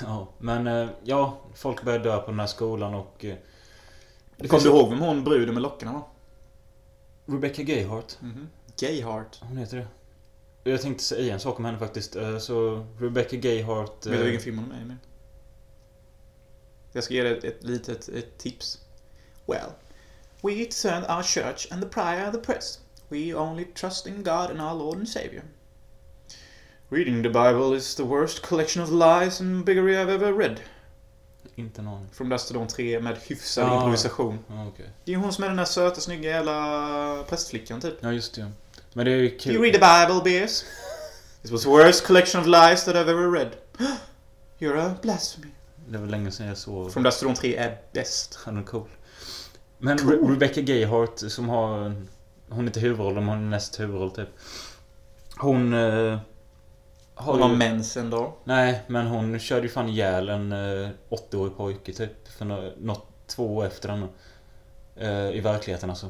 B: Ja, men eh, ja, folk börjar dö på den här skolan och... eh, Det
A: Kommer
B: finns
A: du ihåg vem hon bruden med lockarna var?
B: Rebecca Gayheart.
A: Mhm. Gayheart.
B: Hon heter det. Jag tänkte säga en sak om henne faktiskt. Eh, Så Rebecca Gayheart...
A: Vet du
B: eh,
A: vilken film hon är med i nu? Jag ska ge dig ett, ett litet ett tips. Well, we turn our church and the prior and the priest. We only trust in God and our Lord and Savior. Reading the Bible is the worst collection of lies and bigotry I've ever read.
B: Inte någon.
A: Från Blaster de tre med hyfsad
B: Ja.
A: improvisation.
B: Ja, okej.
A: Det är hon som är den där söta, snygga jävla prästflickan typ.
B: Ja, just det. Men det är ju kul.
A: You read the Bible, Beers. It was the worst collection of lies that I've ever read. You're a blasphemy.
B: Det var länge sedan jag såg...
A: Från Blaster de tre är bäst.
B: Han är cool. Men
A: Cool.
B: Re- Rebecca Gayheart som har... en- Hon är inte huvudrollen, men hon är näst huvudroll typ. Hon... Eh, har
A: Hon har
B: ju,
A: mens en dag.
B: Nej, men hon körde ju fan ihjäl en eh, 80-årig pojke typ. För nå- något två år efter henne. Eh, I verkligheten alltså.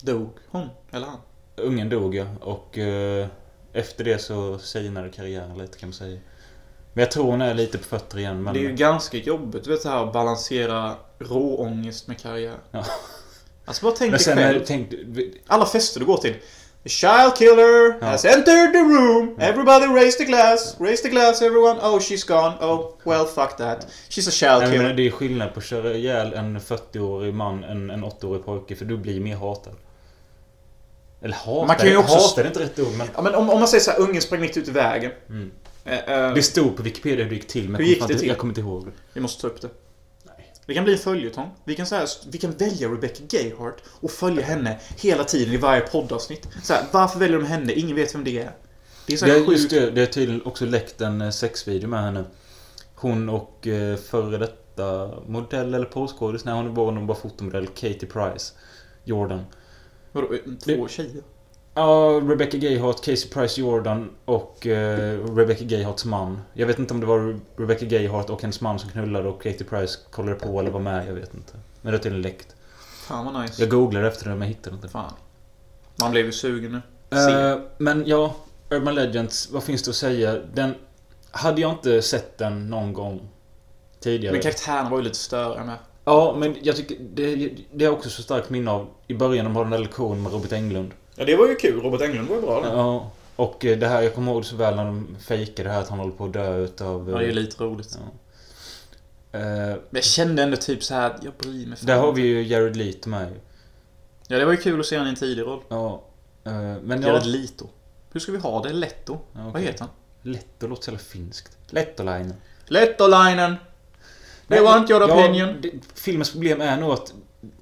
A: Dog hon? Eller han?
B: Ungen dog ja, och eh, efter det så sinade karriären lite kan man säga. Men jag tror hon är lite på fötter igen. Men...
A: Det är ju ganska jobbigt, du vet så här att balansera råångest med karriär.
B: Ja.
A: Alltså bara tänk
B: men
A: dig
B: sen
A: själv.
B: är, tänk,
A: Alla fester du går till. The child killer
B: Ja.
A: has entered the room.
B: Ja.
A: Everybody raise the glass. Raise the glass everyone. Oh, she's gone. Oh, well, fuck that. She's a child
B: Nej,
A: killer.
B: men det är skillnad på att köra ihjäl en 40-årig man än en 80-årig pojke för du blir mer hatad. Eller hatad?
A: Man kan ju också-
B: Hatad är inte rätt ord men...
A: Ja, men om, om man säger så här, ungen sprang mitt ut i vägen.
B: Mm.
A: Eh, eh,
B: Det stod på Wikipedia hur det gick till men
A: Hur
B: jag
A: gick
B: kommer
A: det
B: inte-
A: till?
B: jag kommer inte ihåg.
A: vi måste ta upp det.
B: Nej.
A: Det kan bli en följetong. Vi kan, så här, vi kan välja Rebecca Gayheart och följa henne hela tiden i varje poddavsnitt. Så här, varför väljer de henne? Ingen vet vem det är. Det är så
B: Det
A: här
B: är, just
A: sjukt.
B: det, det är tydligen också läckt en eh, sexvideo med henne. Hon och eh, före detta modell eller porrskådis, när hon var någon bara fotomodell, Katie Price. Jordan.
A: Vadå, två tjejer?
B: Ja, Rebecca Gayheart, Casey Price Jordan och eh, Rebecca Gayhearts man. Jag vet inte om det var Re- Rebecca Gayheart och hennes man som knullade och Katie Price kollade på eller var med, jag vet inte. Men det är tydligen läckt.
A: Fan vad nice.
B: Jag googlade efter det men jag hittade inte.
A: Fan. Man blev ju sugen nu.
B: Eh, men ja, Urban Legends, vad finns det att säga? Den... Hade jag inte sett den någon gång tidigare.
A: Men karaktärerna var ju lite större med.
B: Ja, men jag tycker det, det är också så starkt minne av i början de har den där lektionen med Robert Englund.
A: Ja, det var ju kul. Robert Englund var ju bra
B: Ja, och eh, det här, jag kommer ihåg så väl när de fejkade det här att han håller på att dö utav... eh,
A: Ja, det är ju lite roligt.
B: ja. Eh,
A: Men jag kände ändå typ så här att jag bryr mig fan
B: Där har
A: inte.
B: vi ju Jared Leto med ju.
A: Ja, det var ju kul att se honom i en tidig roll.
B: Ja. eh, Men
A: Jared
B: jag...
A: Lito. Hur ska vi ha det? Letto?
B: Ja,
A: Vad heter han?
B: Letto låter så jävla finskt. Lettolainen.
A: Lettolainen! They want your opinion.
B: det, filmens problem är nog att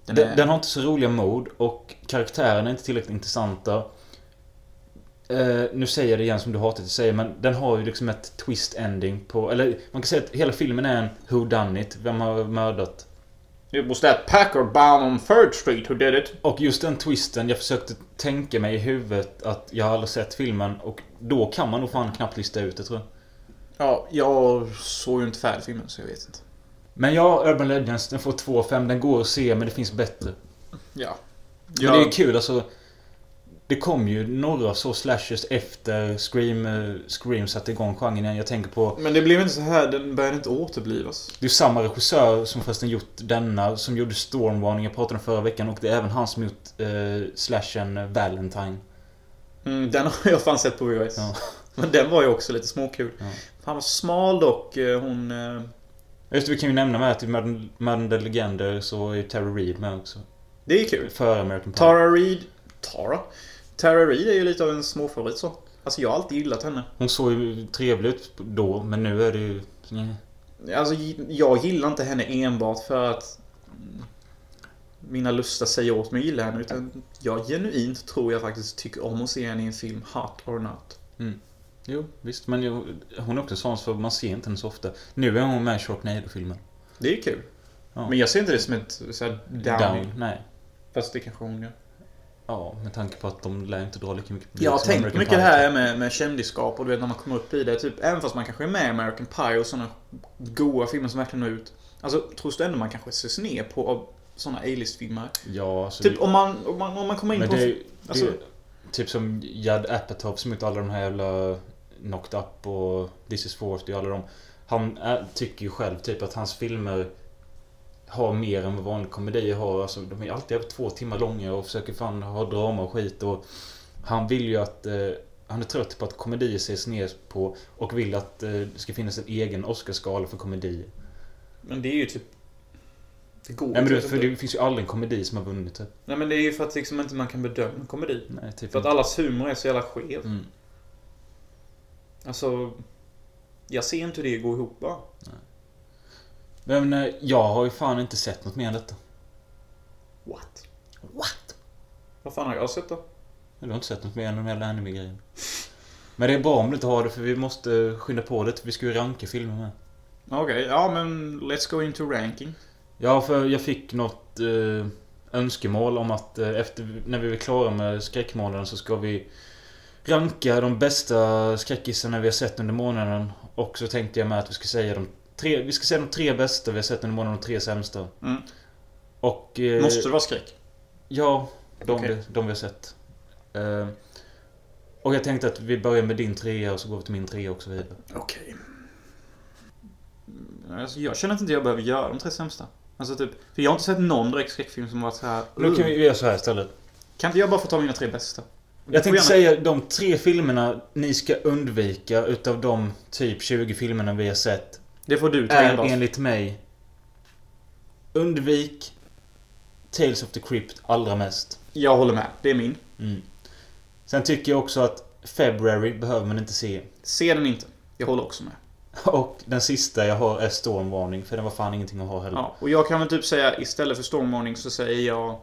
A: Den
B: den,
A: är-
B: den har inte så roliga mod och karaktärerna är inte tillräckligt intressanta. Eh, nu säger jag det igen som du hatar att säga, men den har ju liksom ett twist ending på... Eller man kan säga att hela filmen är en Who Done It. Vem har mördat?
A: It was that Packard bound on Third Street who did it.
B: Och just den twisten, jag försökte tänka mig i huvudet att jag har aldrig sett filmen och då kan man nog fan knappt lista ut det tror jag.
A: Ja, jag såg ju inte färdigt filmen så jag vet inte.
B: Men ja, Urban Legends, den får 2 av 5. Den går att se, men det finns bättre.
A: Ja.
B: Men det är kul alltså. Det kom ju några så slashers efter Scream, eh, Scream satte igång genren igen. Jag tänker på...
A: Men det blev inte så här, den började inte återblivas.
B: Det är ju samma regissör som förresten gjort denna, som gjorde Stormvarning, jag pratade om förra veckan. Och det är även han som gjort eh, slashen Valentine.
A: Mm, den har jag fan sett på VHS.
B: Ja.
A: Men den var ju också lite småkul.
B: Ja.
A: Han var smal dock, eh, hon... eh,
B: Just det, vi kan ju nämna med att i Madden Madden the Legender så är ju Terry Reid med också.
A: Det är kul.
B: Före American Pie.
A: Tara Reid... Tara? Tara Reid är ju lite av en småfavorit så. Alltså jag har alltid gillat henne.
B: Hon såg ju trevlig ut då, men nu är det ju... Nej.
A: Alltså gi- jag gillar inte henne enbart för att... mm, Mina lustar säger åt mig att gilla henne. Utan jag genuint tror jag faktiskt tycker om att se henne i en film, Hot or Not.
B: Jo, visst. Men jag, hon är också en sån för man ser inte henne så ofta. Nu är hon med i Sharknado-filmen.
A: Det är kul.
B: Ja.
A: Men jag ser inte det som ett så här, downing.
B: Nej.
A: Fast det kanske hon gör.
B: Ja, med tanke på att de lär inte dra lika mycket publik
A: Jag har
B: som
A: tänkt
B: American
A: mycket det
B: Pie. typ.
A: här med, med kändisskap och du vet när man kommer upp i det. Typ, även fast man kanske är med i American Pie och sådana goa filmer som verkligen når ut. Alltså, tror du ändå man kanske ses ner på av sådana A-list-filmer?
B: Ja, så
A: Typ om man, om, man, om man kommer in
B: men
A: på...
B: det, är- det,
A: alltså-
B: är Typ som Judd Apatow som gjort alla de här jävla Knocked Up och This is 40 och alla de. Han är, tycker ju själv typ att hans filmer har mer än vad vanliga komedier har. Alltså, de är alltid över två timmar långa och försöker fan ha drama och skit. Och han vill ju att... Eh, han är trött på att komedier ses ner på och vill att eh, det ska finnas en egen Oscarsgala för komedier.
A: Men det är ju typ... Det går
B: Nej men det,
A: typ
B: för
A: inte.
B: det finns ju aldrig en komedi som har vunnit typ.
A: Nej men det är ju för att liksom inte man kan bedöma komedi.
B: Nej, typ
A: För att
B: inte.
A: allas humor är så jävla skev.
B: Mm.
A: Alltså... Jag ser inte hur det går ihop va?
B: Men eh, jag har ju fan inte sett något mer än detta.
A: What? What? Vad fan har jag sett då?
B: Du har inte sett något mer än de jävla anime-grejerna. Men det är bra om du inte har det för vi måste skynda på det. Vi ska ju ranka filmer med.
A: Okej, ja men let's go into ranking.
B: Ja, för jag fick något eh, önskemål om att eh, efter, när vi är klara med skräckmånaden så ska vi ranka de bästa skräckisarna vi har sett under månaden. Och så tänkte jag med att vi ska säga de tre, vi ska säga de tre bästa vi har sett under månaden och de tre sämsta.
A: Mm.
B: Och... eh,
A: Måste det vara skräck?
B: Ja, de,
A: Okej.
B: vi- de vi har sett. Eh, och jag tänkte att vi börjar med din trea och så går vi till min trea och så vidare.
A: Okej. Alltså, jag känner inte att jag behöver göra de tre sämsta. Alltså typ, för jag har inte sett någon direkt skräckfilm som varit så här.
B: Nu kan vi göra så här istället.
A: kan inte jag bara få ta mina tre bästa?
B: Jag
A: får gärna-
B: tänkte säga de tre filmerna ni ska undvika utav de typ 20 filmerna vi har sett.
A: Det får du ta
B: Är
A: enbart.
B: enligt mig... Undvik Tales of the Crypt allra mest.
A: Jag håller med. Det är min.
B: Mm. Sen tycker jag också att February behöver man inte se.
A: Se den inte. Jag håller också med.
B: Och den sista jag har är Stormvarning, för den var fan ingenting att ha heller.
A: Ja, och jag kan väl typ säga istället för Stormvarning så säger jag...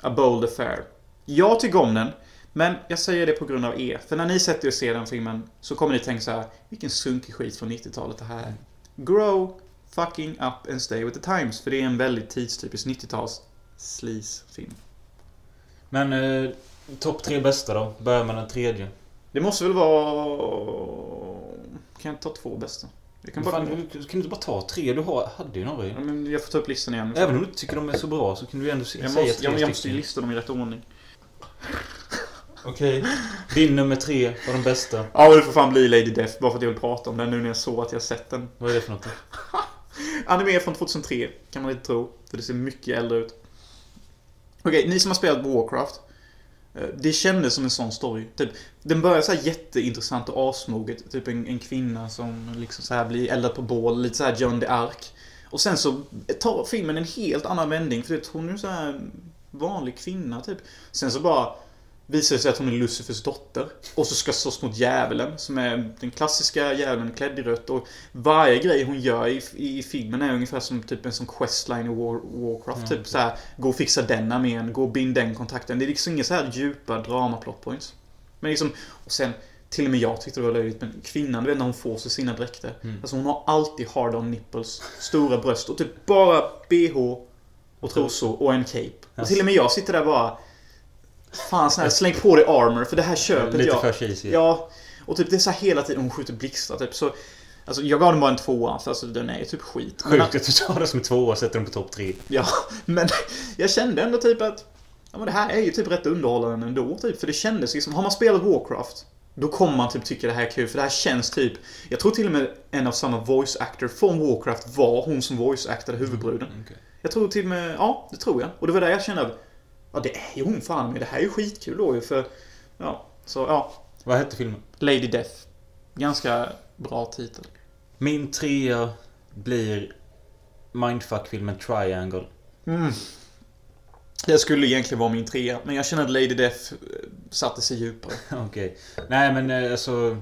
A: A Bold Affair. Jag tycker om den. Men jag säger det på grund av er. För när ni sätter er och ser den filmen så kommer ni tänka så här. Vilken sunkig skit från 90-talet det här är. Grow fucking up and stay with the times. För det är en väldigt tidstypisk 90-tals sleaze-film.
B: Men eh, topp tre bästa då? Börjar med den tredje.
A: Det måste väl vara... Kan jag ta två bästa? Jag kan
B: Kan,
A: bara... Mm.
B: Fan, du, kan du inte bara ta tre? Du har, hade ju några ju.
A: Ja, men jag får ta upp listan igen.
B: Även om du inte tycker de är så bra så kan du ju ändå se,
A: Jag
B: säga
A: måste,
B: tre
A: jag, jag måste ju
B: stycken.
A: lista dem i rätt ordning.
B: Okej. Din nummer tre var den bästa.
A: Ja, och det får fan bli Lady Death bara för att jag vill prata om den nu när jag såg att jag sett den.
B: Vad är det för något? då?
A: Anime från 2003, kan man inte tro. För det ser mycket äldre ut. Okej, ni som har spelat Warcraft. eh, Det kändes som en sån story. Typ, den börjar så här jätteintressant och asmoget. Typ en, en kvinna som liksom så här blir eldad på bål, lite så här John de Ark. Och sen så tar filmen en helt annan vändning för det, hon är ju så här en vanlig kvinna typ. Sen så bara Visar det sig att hon är Lucifers dotter. Och så ska slåss mot djävulen, som är den klassiska djävulen klädd i rött. Och varje grej hon gör i, i filmen är ungefär som typ en sån questline i War, Warcraft.
B: Ja,
A: typ
B: okej.
A: så här, gå och fixa den armén, gå och bind den kontakten. Det är liksom inga så här djupa drama plot points. Men liksom, och sen, till och med jag tyckte det var löjligt, men kvinnan, du vet när hon får sig sina dräkter.
B: Mm.
A: Alltså hon har alltid hard on nipples, stora bröst och typ bara bh och trosor och en cape. Och till och med jag sitter där bara... Fan snälla, släng på dig armor för det här köper
B: Lite
A: jag.
B: för cheesy.
A: Ja. Och typ det är så här hela tiden hon skjuter blixtar typ så... Alltså jag gav den bara en tvåa, för alltså den är ju typ skit. Men,
B: Sjukt att du tar det som en tvåa och sätter den på topp tre.
A: ja, men jag kände ändå typ att... Ja men det här är ju typ rätt underhållande ändå typ, för det kändes liksom... Har man spelat Warcraft, då kommer man typ tycka det här är kul, för det här känns typ... Jag tror till och med en av samma voice actor från Warcraft var hon som voice actade huvudbruden.
B: Okej.
A: Jag tror till och med, ja det tror jag. Och det var där jag kände att, ja det är ju hon fan med. Det här är ju skitkul då ju för, ja. Så ja,
B: Vad hette filmen?
A: Lady Death. Ganska bra titel.
B: Min trea blir Mindfuck-filmen Triangle.
A: Mm. Det skulle egentligen vara min trea, men jag känner att Lady Death eh, satte sig djupare.
B: Okej. Nej men eh, alltså,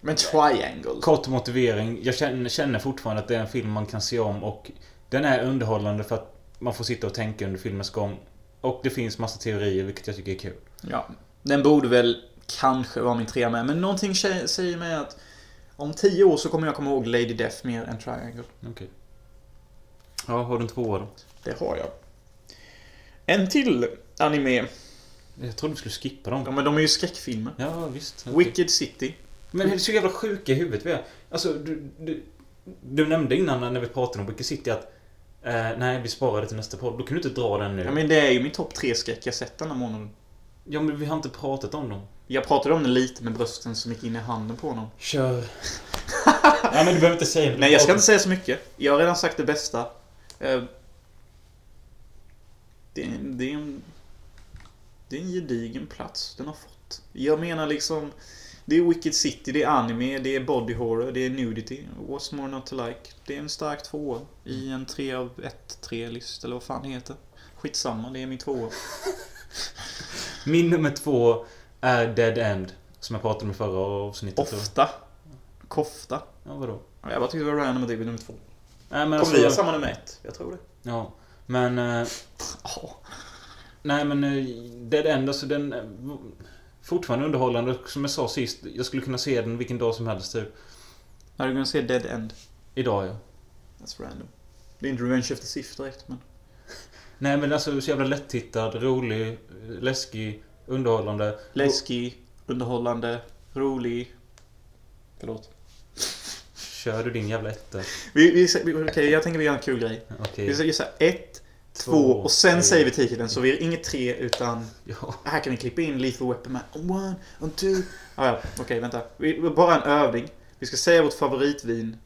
A: Men Triangle.
B: kort motivering. Jag känner, känner fortfarande att det är en film man kan se om och den är underhållande för att man får sitta och tänka under filmens gång. Och det finns massa teorier, vilket jag tycker är kul.
A: Ja. Den borde väl kanske vara min trea med, men någonting tje- säger mig att om tio år så kommer jag komma ihåg Lady Death mer än Triangle.
B: Okej. Ja, har du en tvåa då?
A: Det har jag. En till anime.
B: Jag trodde vi skulle skippa
A: Ja,
B: dem.
A: men de är ju skräckfilmer.
B: Ja, visst. Okej.
A: Wicked City.
B: Men det är så jävla sjuka i huvudet vi är. Alltså, du, du, du nämnde innan när vi pratade om Wicked City att eh, nej, vi sparar det till nästa podd. Då kan du inte dra den nu.
A: Ja men det är ju min topp tre skräck jag sett den här månaden.
B: vi har inte pratat om dem.
A: Jag pratade om den lite med brösten som gick in i handen på honom.
B: Kör. nej, men du behöver inte säga det.
A: Nej jag ska inte säga så mycket. Jag har redan sagt det bästa. Eh, Det är, en- det är en... Det är en gedigen plats den har fått. Jag menar liksom... Det är Wicked City, det är anime, det är body horror, det är nudity. What's more not to like? Det är en stark tvåa. I en 3 av 1-3-lista, eller vad fan det heter. Skitsamma, det är min tvåa.
B: Min nummer två är Dead End. Som jag pratade om i förra avsnittet. tror jag.
A: Ofta. Kofta.
B: Ja, vadå?
A: Ja, Jag bara tyckte det var random att det blev nummer två.
B: Nej, men alltså-
A: Kommer alltså. vi ha samma nummer ett? Jag tror det.
B: Ja. Men... Eh,
A: Ja.
B: Nej men eh, Dead End, alltså den... eh, Fortfarande underhållande. Och Som jag sa sist, jag skulle kunna se den vilken dag som helst typ.
A: Hade du kunnat se Dead End?
B: Idag ja.
A: That's random. Det är inte Revenge of the Sith direkt, men...
B: Nej men alltså så jävla lättittad, rolig, eh, läskig, underhållande.
A: Läskig, underhållande, rolig. Förlåt.
B: Och- Kör du din jävla etta?
A: Vi, vi, vi, Okej, jag tänker vi gör en kul grej.
B: Okej.
A: Vi säger såhär, ett, två, och sen
B: tre.
A: säger vi titeln. Så vi är inget tre, utan...
B: Ja.
A: Här kan ni klippa in Lethal Weapon med one, on two... Ah, ja, okej, vänta. Vi, bara en övning. Vi ska säga vårt favoritvin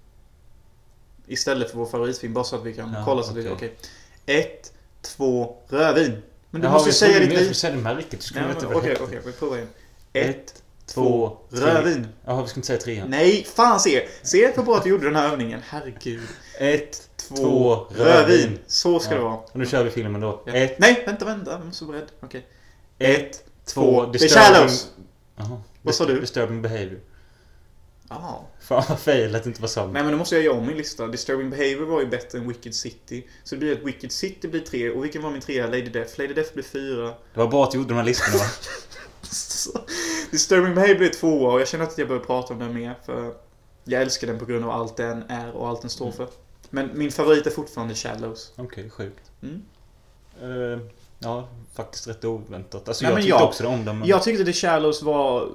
A: istället för vår favoritvin, bara så att vi kan
B: Ja,
A: kolla så att vi... Okej.
B: okej.
A: Ett, två, rödvin. Men du
B: Jaha,
A: måste ju
B: jag
A: säga
B: trodde
A: ditt
B: mer-
A: vin.
B: Jag säga det märket. Du skulle
A: Nej,
B: veta
A: men
B: vad
A: Okej,
B: det hette.
A: okej, vi provar igen. Ett,
B: Ett,
A: två,
B: två, tre.
A: rödvin.
B: Jaha, vi ska inte säga trean.
A: Nej, fan se! Se på bra att du gjorde den här övningen. Herregud.
B: Ett,
A: Två,
B: två,
A: rödvin.
B: rödvin.
A: Så ska
B: Ja.
A: det vara.
B: Och nu kör vi filmen då.
A: Ja.
B: Ett,
A: Nej, vänta, vänta. Jag måste vara beredd. Okej.
B: ett,
A: två,
B: två,
A: The
B: disturbing...
A: Shallows.
B: Jaha.
A: Vad sa du?
B: Disturbing behavior.
A: Ja.
B: Fan vad fail att det inte var samma.
A: Ah. Nej, men då måste jag göra om min lista. Disturbing Behavior var ju bättre än Wicked City. Så det blir att Wicked City blir tre. Och vilken var min trea? Lady Death. Lady Death blir fyra.
B: Det var bra att du gjorde de här listorna va?
A: Så, Disturbing Behavior blir tvåa och jag känner att jag behöver prata om den mer för jag älskar den på grund av allt den är och allt den står för. Men min favorit är fortfarande Shallows.
B: Okej, sjukt.
A: Mm.
B: Eh, ja, faktiskt rätt oväntat. Alltså
A: Nej,
B: jag
A: men
B: tyckte
A: jag-
B: också om den men...
A: Jag tyckte The Shallows var...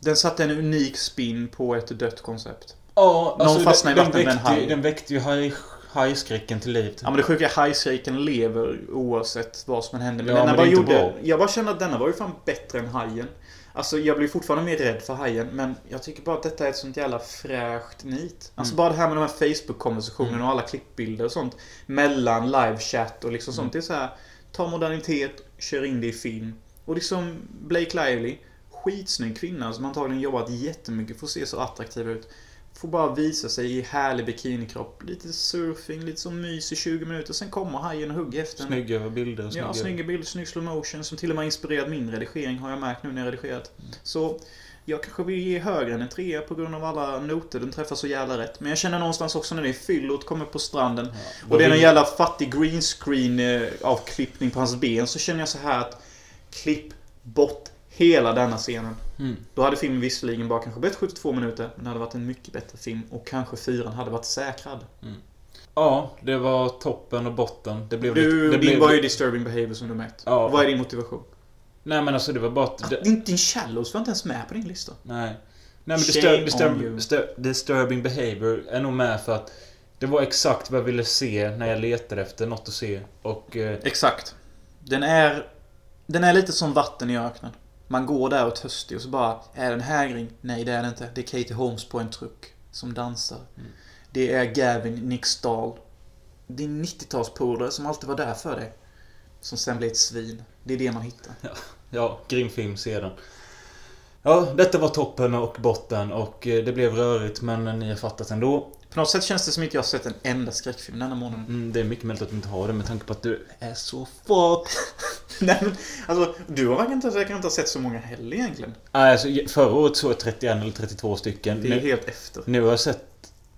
A: Den satte en unik spin på ett dött koncept.
B: Ja, alltså,
A: Någon fastnar i
B: den,
A: vattnet med en
B: väckte,
A: haj.
B: den väckte ju haj- hajskräcken till liv.
A: Ja men det sjuka är hajstrejken lever oavsett vad som än händer. Men
B: Ja,
A: denna
B: men det
A: bara
B: är inte
A: gjorde...
B: bra.
A: Jag bara kände att denna var ju fan bättre än hajen. Alltså jag blir fortfarande mer rädd för hajen men jag tycker bara att detta är ett sånt jävla fräscht nit. Alltså
B: Mm.
A: bara det här med de här Facebook-konversationerna och alla klippbilder och sånt. Mellan live-chat och liksom
B: Mm.
A: sånt. Det är så här, Ta modernitet, kör in det i film. Och liksom Blake Lively, skitsnygg kvinna som antagligen jobbat jättemycket för att se så attraktiv ut. Får bara visa sig i härlig bikinikropp. Lite surfing, lite så mys i 20 minuter. Sen kommer hajen och hugger efter en.
B: Snygga bilder. Snygga.
A: Ja, snygga bilder, snygg slow motion som till och med har inspirerat min redigering har jag märkt nu när jag redigerat. Så jag kanske vill ge högre än en trea på grund av alla noter den träffar så jävla rätt. Men jag känner någonstans också när det är fyllot kommer på stranden
B: Ja.
A: och det är någon jävla fattig green screen eh, avklippning på hans ben så känner jag så här att klipp bort hela denna scenen.
B: Mm.
A: Då hade filmen visserligen bara kanske blivit 72 minuter men det hade varit en mycket bättre film och kanske fyran hade varit säkrad.
B: Ja, det var toppen och botten. Det blev
A: Du,
B: lite, det
A: din
B: blev
A: var ju
B: lite-
A: disturbing behavior som du märkt.
B: Ja.
A: Vad är din motivation?
B: Nej men alltså det var bara... att
A: Att
B: Det...
A: din, din shallows var inte ens med på din lista.
B: Nej. Nej men
A: Shame
B: disturb,
A: on you.
B: disturb, disturb, disturbing behavior är nog med för att det var exakt vad jag ville se när jag letade efter något att se. Och... Eh,
A: Exakt. Den är, den är lite som vatten i öknen. Man går där och är törstig och så bara, är den hägring? Nej, det är den inte. Det är Katie Holmes på en truck som dansar.
B: Mm.
A: Det är Gavin Nixdal. Din 90-talspolare som alltid var där för dig. Som sen blir ett svin. Det är det man hittar.
B: ja, grym film sedan. Ja, detta var toppen och botten och eh, det blev rörigt men ni har fattat ändå.
A: På något sätt känns det som inte jag har sett en enda skräckfilm denna månaden.
B: Mm, det är mycket möjligt att du inte har det med tanke på att du är så
A: Fuck! Nej men, alltså du har verkligen inte, verkar inte ha sett så många heller egentligen.
B: Nej, alltså, förra året såg jag 31 eller 32 stycken.
A: Det är
B: Nu,
A: helt efter.
B: nu har jag sett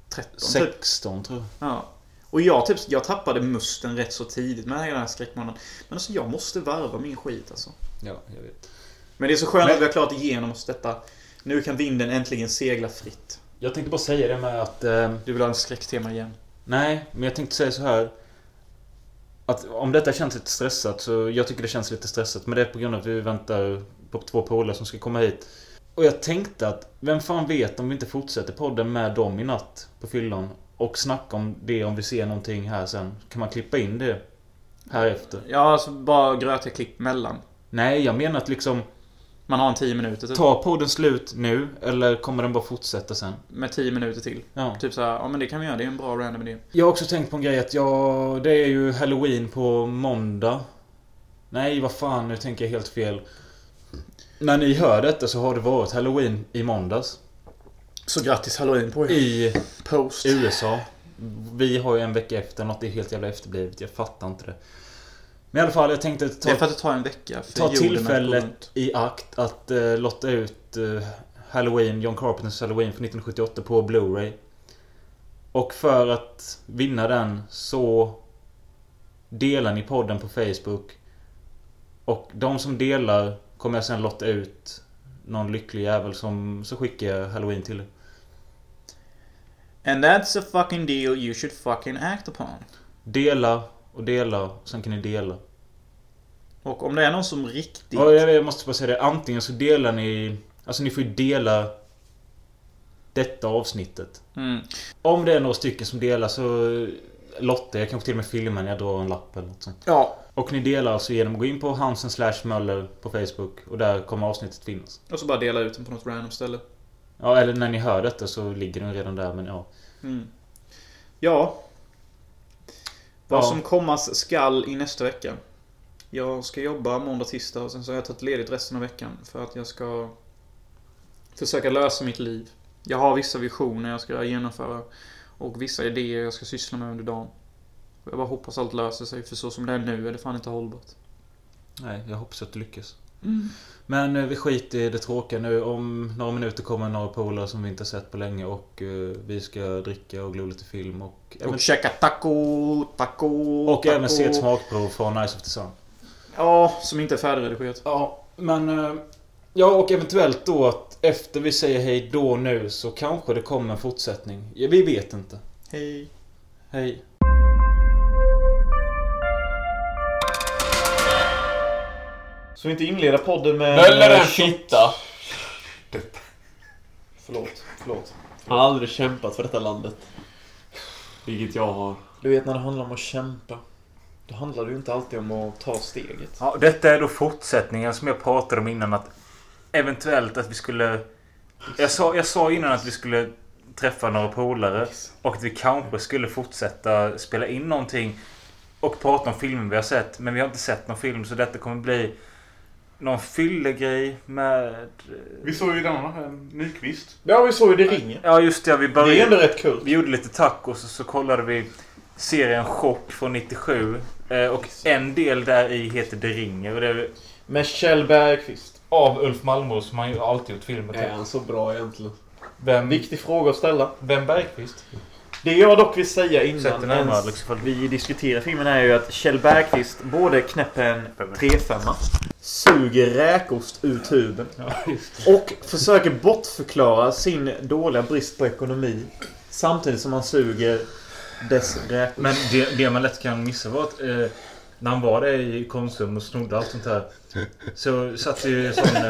A: 13 typ.
B: 16 tror jag.
A: Ja. Och jag, typ, jag tappade musten rätt så tidigt med hela den här skräckmånaden. Men alltså jag måste varva min skit alltså.
B: Ja, jag vet.
A: Men det är så skönt
B: Men-
A: att vi har klarat igenom oss detta. Nu kan vinden äntligen segla fritt.
B: Jag tänkte bara säga det med att... Eh,
A: Du vill ha en skräcktema igen?
B: nej, men jag tänkte säga så här. Att om detta känns lite stressat så... Jag tycker det känns lite stressat. Men det är på grund av att vi väntar på två polare som ska komma hit. Och jag tänkte att vem fan vet om vi inte fortsätter podden med dem i natt på fyllan. Och snacka om det om vi ser någonting här sen. Kan man klippa in det? Här efter.
A: Ja, alltså bara grötiga klipp mellan.
B: Nej, jag menar att liksom...
A: Man har en 10 minuter typ.
B: Ta podden slut nu eller kommer den bara fortsätta sen?
A: Med 10 minuter till.
B: Ja.
A: Typ såhär, ja men det kan vi göra. Det är en bra random idé.
B: Jag har också tänkt på en grej att jag... Det är ju halloween på måndag. Nej, vad fan, nu tänker jag helt fel. När ni hör detta så har det varit halloween i måndags.
A: Så grattis halloween på er.
B: I
A: Post.
B: USA. Vi har ju en vecka efter, något är helt jävla efterblivet. Jag fattar inte det. Men i alla fall, jag tänkte
A: Det är för
B: ta,
A: att det tar en vecka. För
B: ta
A: jorden att gå runt.
B: tillfället i akt att eh, lotta ut eh, Halloween, John Carpenters Halloween från 1978 på Blu-ray. Och för att vinna den så delar ni podden på Facebook. Och de som delar kommer jag sen lotta ut någon lycklig jävel som så skickar jag Halloween till.
A: And that's a fucking deal you should fucking act upon.
B: Dela och dela, och sen kan ni dela.
A: Och om det är någon som riktigt...
B: Ja, jag jag måste bara säga det. Antingen så delar ni... Alltså ni får ju dela detta avsnittet.
A: Mm.
B: Om det är några stycken som delar så Lotte, jag kanske till och med filmar när jag drar en lapp eller något sånt.
A: Ja,
B: Och ni delar alltså genom att gå in på Hansen slash Möller på Facebook och där kommer avsnittet finnas.
A: och så bara dela ut den på något random ställe.
B: Ja, eller när ni hör detta så ligger den redan där men ja.
A: Mm. Ja. Vad
B: Ja.
A: som kommas skall i nästa vecka. Jag ska jobba måndag, tisdag och sen så har jag tagit ledigt resten av veckan för att jag ska försöka lösa mitt liv. Jag har vissa visioner jag ska genomföra och vissa idéer jag ska syssla med under dagen. Jag bara hoppas allt löser sig för så som det är nu är det fan inte hållbart.
B: Nej, jag hoppas att du lyckas.
A: Mm.
B: Men eh, vi skiter i det tråkiga nu. Om några minuter kommer några polare som vi inte har sett på länge och eh, vi ska dricka och glo lite film och...
A: Och
B: även-
A: käka taco, taco,
B: och
A: taco.
B: även se ett smakprov från Nice of the Sun.
A: Ja, som inte är färdigredigerat.
B: Ja, men... eh, Ja, och eventuellt då att efter vi säger hej då nu så kanske det kommer en fortsättning. Ja, vi vet inte.
A: Hej.
B: Hej.
A: Så vi inte inleda podden med...
C: Möller är en fitta.
A: Förlåt, förlåt.
C: Han har aldrig kämpat för detta landet. Vilket jag har.
A: Du vet när det handlar om att kämpa. Då handlar det ju inte alltid om att ta steget.
B: Ja, detta är då fortsättningen som jag pratade om innan att eventuellt att vi skulle... Jag sa, jag sa innan att vi skulle träffa några polare och att vi kanske skulle fortsätta spela in någonting och prata om filmer vi har sett. Men vi har inte sett någon film så detta kommer bli
D: någon fyllegrej med...
E: Vi såg ju den andra, eh, Nyqvist.
C: Ja, vi såg ju Det ringer.
D: Ja, just det. Ja, vi började...
C: Det är ändå rätt kul.
D: Vi gjorde lite tacos och så kollade vi serien Chock från 97. Eh, Och en del där i heter Det ringer. Och det är
C: Med Kjell Bergqvist.
B: Av Ulf Malmros som han ju alltid gjort filmer
C: Är
B: till.
C: han så bra egentligen?
B: Vem,
C: Viktig fråga att ställa.
B: vem Bergqvist?
C: Det jag dock vill säga innan
D: Sätt den närmare liksom,
C: ens-
D: Alex ifall
F: Vi diskuterar filmen är ju att Kjell Bergqvist både knäpper en 3-5
C: suger räkost ur tuben. Och försöker bortförklara sin dåliga brist på ekonomi. Samtidigt som han suger dess räkost.
B: Men det, det man lätt kan missa var att eh, när han var där i Konsum och snodde allt sånt här. Så satt det ju en sån... eh,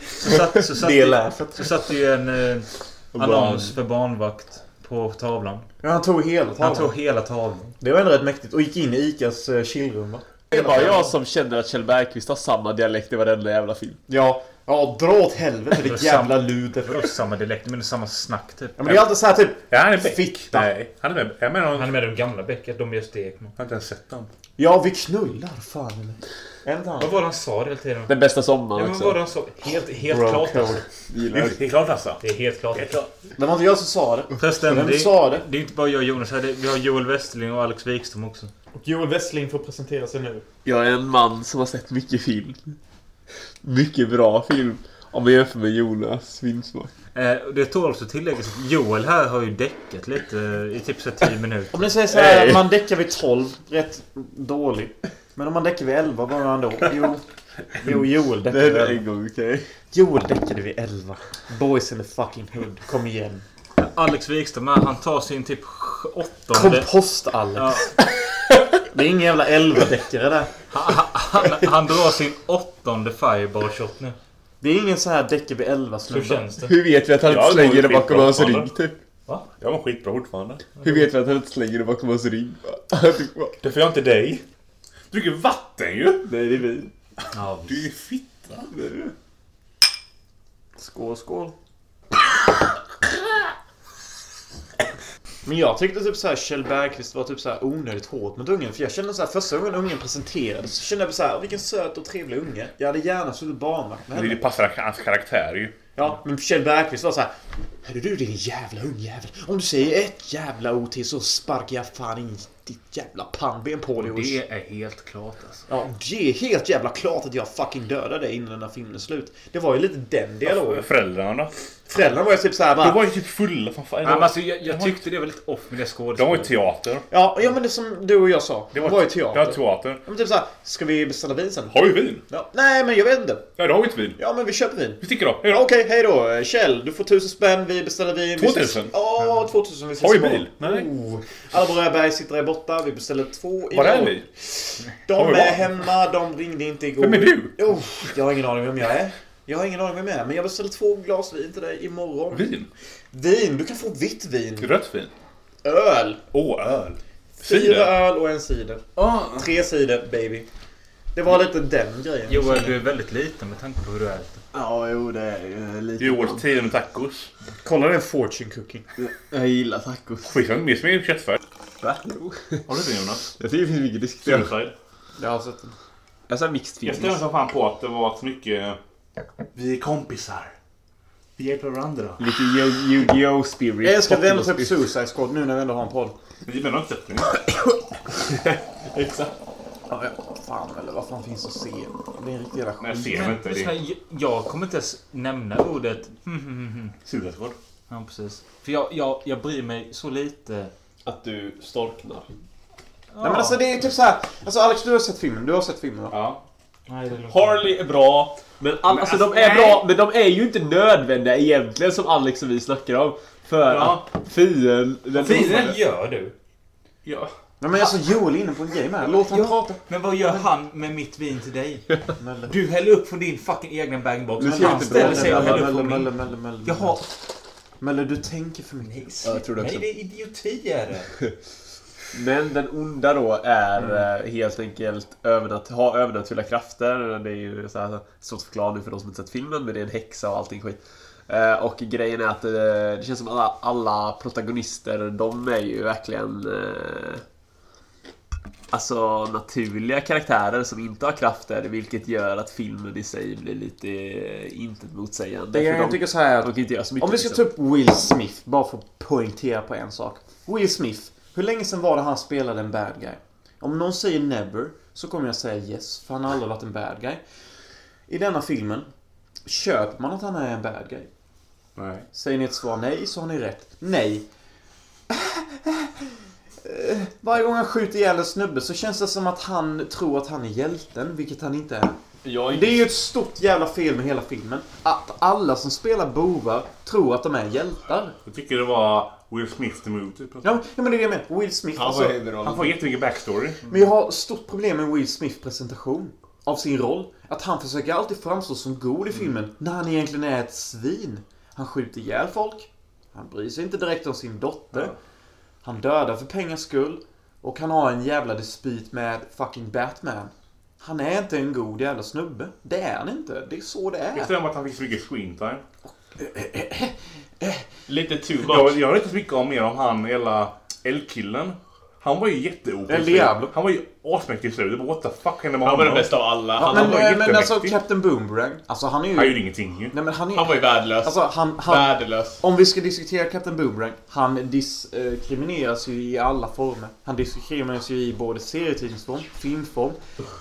B: Så satt, så satt,
F: Det är
B: ju,
F: läset.
B: så satt det ju en eh, annons för barnvakt på tavlan.
C: Ja, han tog hela
B: Han
C: tavlan.
B: tog hela tavlan.
C: Det var ändå rätt mäktigt. Och gick in i Icas eh, chillrum va?
G: Det är bara jag som känner att Kjell Bergqvist har samma dialekt i varenda jävla film.
C: Ja. Ja, dra åt helvete
B: var
C: ditt
B: samma-
C: jävla luder.
B: Det var samma dialekt men det är samma snack typ.
C: Ja, men det är alltid så här typ...
E: Ja, han är med.
C: Fitta.
E: Nej, han är med. Jag menar,
B: Han
E: han
B: är med i de gamla bäcket, de gör stek. man.
E: har inte ens sett den.
C: Ja, vi knullar fan eller? Är det inte han?
B: Vad var det han sa hela tiden?
G: Den bästa sommaren
B: Ja, men vad var
G: också.
B: det han sa? Helt, helt
C: Bro
B: klart
C: code.
B: alltså.
E: Det är- det är klart alltså.
B: Det är helt klart.
C: Det var inte jag som sa det.
B: Förresten,
C: Vem
B: det,
C: sa det?
B: det är inte bara jag och Jonas här. det- Vi har Joel Westling och Alex Wikström också.
C: Och Joel Westling får presentera sig nu.
G: Jag är en man som har sett mycket film. Mycket bra film. Om jag jämför med Jonas filmsmak.
B: Eh, och det tål också tilläggas att Joel här har ju däckat lite eh, i typ så här 10 minuter.
C: Om ni säger så här,
G: Nej.
C: man däckar vid 12, rätt dålig. Men om man däckar vid 11, vad gör han då? Jo, jo Joel
G: Det
C: däckade
G: är
C: vid
G: det
C: 11.
G: en gång, okej?
C: Joel däckade vid 11. Boys in the fucking hood, kom igen.
B: Alex Wikström här, han tar sin typ sj- åttonde...
C: Kompost-Alex.
B: Ja,
C: Det är ingen jävla 11-däckare där.
B: han, han- han, han drar sin åttonde fireball shot nu.
C: Det är ingen så här däckar vid 11
B: Så
C: snubbe.
B: känns det.
G: Hur vet vi att han
E: Ja,
G: inte
E: det var ju
G: slänger det bakom
E: skitbra
G: hans
E: fortfarande.
G: rygg typ?
E: Jag mår skitbra fortfarande.
G: Hur vet vi att han inte slänger det bakom hans rygg? Han typ bara,
E: Det får jag inte dig. Du dricker vatten ju!
G: Nej, det är vi.
B: Ja,
E: Du är ju fitta.
C: Skål, skål. Men jag tyckte typ såhär Kjell Bergqvist var typ såhär onödigt hårt mot ungen. För jag kände såhär första gången ungen presenterades så kände jag såhär vilken söt och trevlig unge. Jag hade gärna suttit barnvakt med
E: Det
C: henne.
E: passar hans karaktär ju.
C: Ja, men Kjell Bergqvist var såhär Hörru du din jävla ungjävel. Om du säger ett jävla ord till så sparkar jag fan in ditt jävla pannben på dig. Och...
B: är helt klart alltså.
C: Ja, det är helt jävla klart att jag fucking dödar dig innan den här filmen är slut. Det var ju lite den dialogen.
E: Föräldrarna då?
C: Föräldrarna var ju typ såhär bara
E: De var ju typ fulla som fan.
B: Nej, men alltså jag, jag tyckte det var lite off med det
E: De var ju
B: skådespelet.
E: teater.
C: Ja, ja men det som du och jag sa. Det var, ju
E: Det
C: teater.
E: var teater.
C: ja, men typ såhär, ska vi beställa vin sen?
E: Har vi vin?
C: Ja. Nej, men jag vet inte.
E: Nej, det har vi inte vin.
C: Ja, men vi köper vin.
E: Vi sticker då.
C: Ja,
E: Hej
C: Okej, hej då. Kjell, du får tusen spänn. Vi beställer vin. Vi ses-
E: 2000?
C: Ja, 2000. Vi ses
E: Har vi
C: imorgon.
E: Mm. bil? Nej.
C: Oh. Alla våra berg sitter där borta. Vi beställer två
E: Var är
C: imorgon.
E: vi? Har
C: De
E: vi
C: är
E: barn?
C: hemma. De ringde inte igår.
E: Vem är du?
C: Oh, jag har ingen aning vem jag är. Jag har ingen aning vem jag är, men jag beställer två glas vin till dig imorgon.
E: Vin?
C: Vin? Du kan få vitt vin.
E: Rött vin?
C: Öl.
E: Åh, öl.
C: Fyra
E: Cider?
C: öl och en cider. Tre sidor baby. Det var lite den grejen.
B: Joel, du är väldigt liten med tanke på hur du äter.
G: Ja, jo det är ju lite...
E: Joel, tio med tacos.
C: Kolla den fortune cookie.
G: Jag gillar tacos.
E: Skit som minns med köttfärs.
G: Va?
E: Har du inte Jonas?
G: Jag tycker det finns mycket diskussion.
E: Suicide.
C: Jag har sett den.
G: Jag sa mixed
E: Jag stämmer
G: feelings.
E: som fan på att det var så mycket... Vi är kompisar. Vi hjälper varandra.
G: Lite Yu- Yu-Gi-Oh spirit.
C: Jag älskar att vi ändå tar
G: Pokémon
C: upp
G: spirit.
C: Suicide Squad nu när vi ändå har en podd.
E: Men det menar inte det. Exakt.
C: Ja, ja. Fan eller vad fan finns att se? Det är en riktig jävla
E: Nej, jag
C: skit.
E: ser inte
B: Lyssna,
E: det.
B: jag, jag kommer inte ens nämna ordet hmm, hmm, hmm, hmm.
E: Suicide Squad.
B: Ja, precis. För jag, jag, jag bryr mig så lite.
G: Att du storknar.
B: Ja.
C: Nej men alltså det är typ såhär. Alltså Alex du har sett filmen. Du har sett filmen va?
E: Ja.
B: Nej, det är lugnt.
G: Harley är bra, men, all, alltså, de är bra, men de är ju inte nödvändiga egentligen som Alex och vi snackar om. För
E: Ja.
G: att fienden...
B: Vad gör du?
E: Ja.
C: Nej men alltså Joel är inne på en grej med. Låt honom prata.
B: Men vad gör han med mitt vin till dig? Du häller upp från din fucking egna bagbox.
G: Nu ser jag
B: Han
G: inte
B: ställer sig och häller upp
C: Mölle,
B: från min.
C: Mölle, Mölle, Mölle.
B: Jag har...
C: Mölle du tänker för mycket.
G: Ja, jag tror det
B: Nej,
G: också.
B: det är idioti är det.
G: Men den onda då är
C: Mm.
G: eh, helt enkelt övernat- ha övernaturliga krafter. Det är ju så här, svårt att förklara nu för de som inte sett filmen, men det är en häxa och allting skit. Eh, Och grejen är att eh, det känns som alla, alla protagonister, de är ju verkligen... eh, alltså, naturliga karaktärer som inte har krafter, vilket gör att filmen i sig blir lite eh, inte motsägande.
C: Det
G: för
C: jag
G: de,
C: tycker så här
G: de
C: att
G: kan inte göra så mycket.
C: Om vi ska ta
G: liksom.
C: upp Will Smith, bara för att poängtera på en sak. Will Smith, hur länge sedan var det han spelade en bad guy? Om någon säger never, så kommer jag säga yes, för han har aldrig varit en bad guy. I denna filmen, köper man att han är en bad guy?
E: Nej.
C: Säger ni ett svar nej, så har ni rätt. Nej. Eh, Varje gång han skjuter ihjäl en snubbe så känns det som att han tror att han är hjälten, vilket han inte är.
G: Jag är
C: Det är ju ett stort jävla fel med hela filmen. Att alla som spelar bovar tror att de är hjältar.
E: Jag tycker det var Will Smith the Movie. Typ.
C: Ja, men- ja men det är det jag menar. Will Smith
E: Han,
C: alltså.
E: får, han får jättemycket backstory.
C: Men jag har stort problem med Will Smiths presentation av sin roll. Att han försöker alltid framstå som god i filmen när han egentligen är ett svin. Han skjuter ihjäl folk. Han bryr sig inte direkt om sin dotter. Han dödar för pengars skull. Och han har en jävla dispyt med fucking Batman. Han är inte en god jävla snubbe. Det är han inte. Det är så det är.
E: Jag stämmer att han fick så mycket screentime.
G: lite too
E: Jag, jag vet inte så mycket om mer om han, hela L-killen. Han var ju jätteopäcklig.
C: El Diablo.
E: Han var ju asmäktig i slutet. What the fuck hände med
G: Han var den
E: honom?
G: bästa av alla. Han,
E: han
C: Men,
E: var
C: men, men alltså
E: jättemäktig.
C: Captain Boomerang. Alltså han är ju...
E: Han gjorde ingenting ju.
C: Nej men han är
G: han var ju värdelös.
C: Alltså han... han
G: värdelös.
C: om vi ska diskutera Captain Boomerang. Han diskrimineras ju i alla former. Han diskrimineras ju i både serietidningsform, filmform,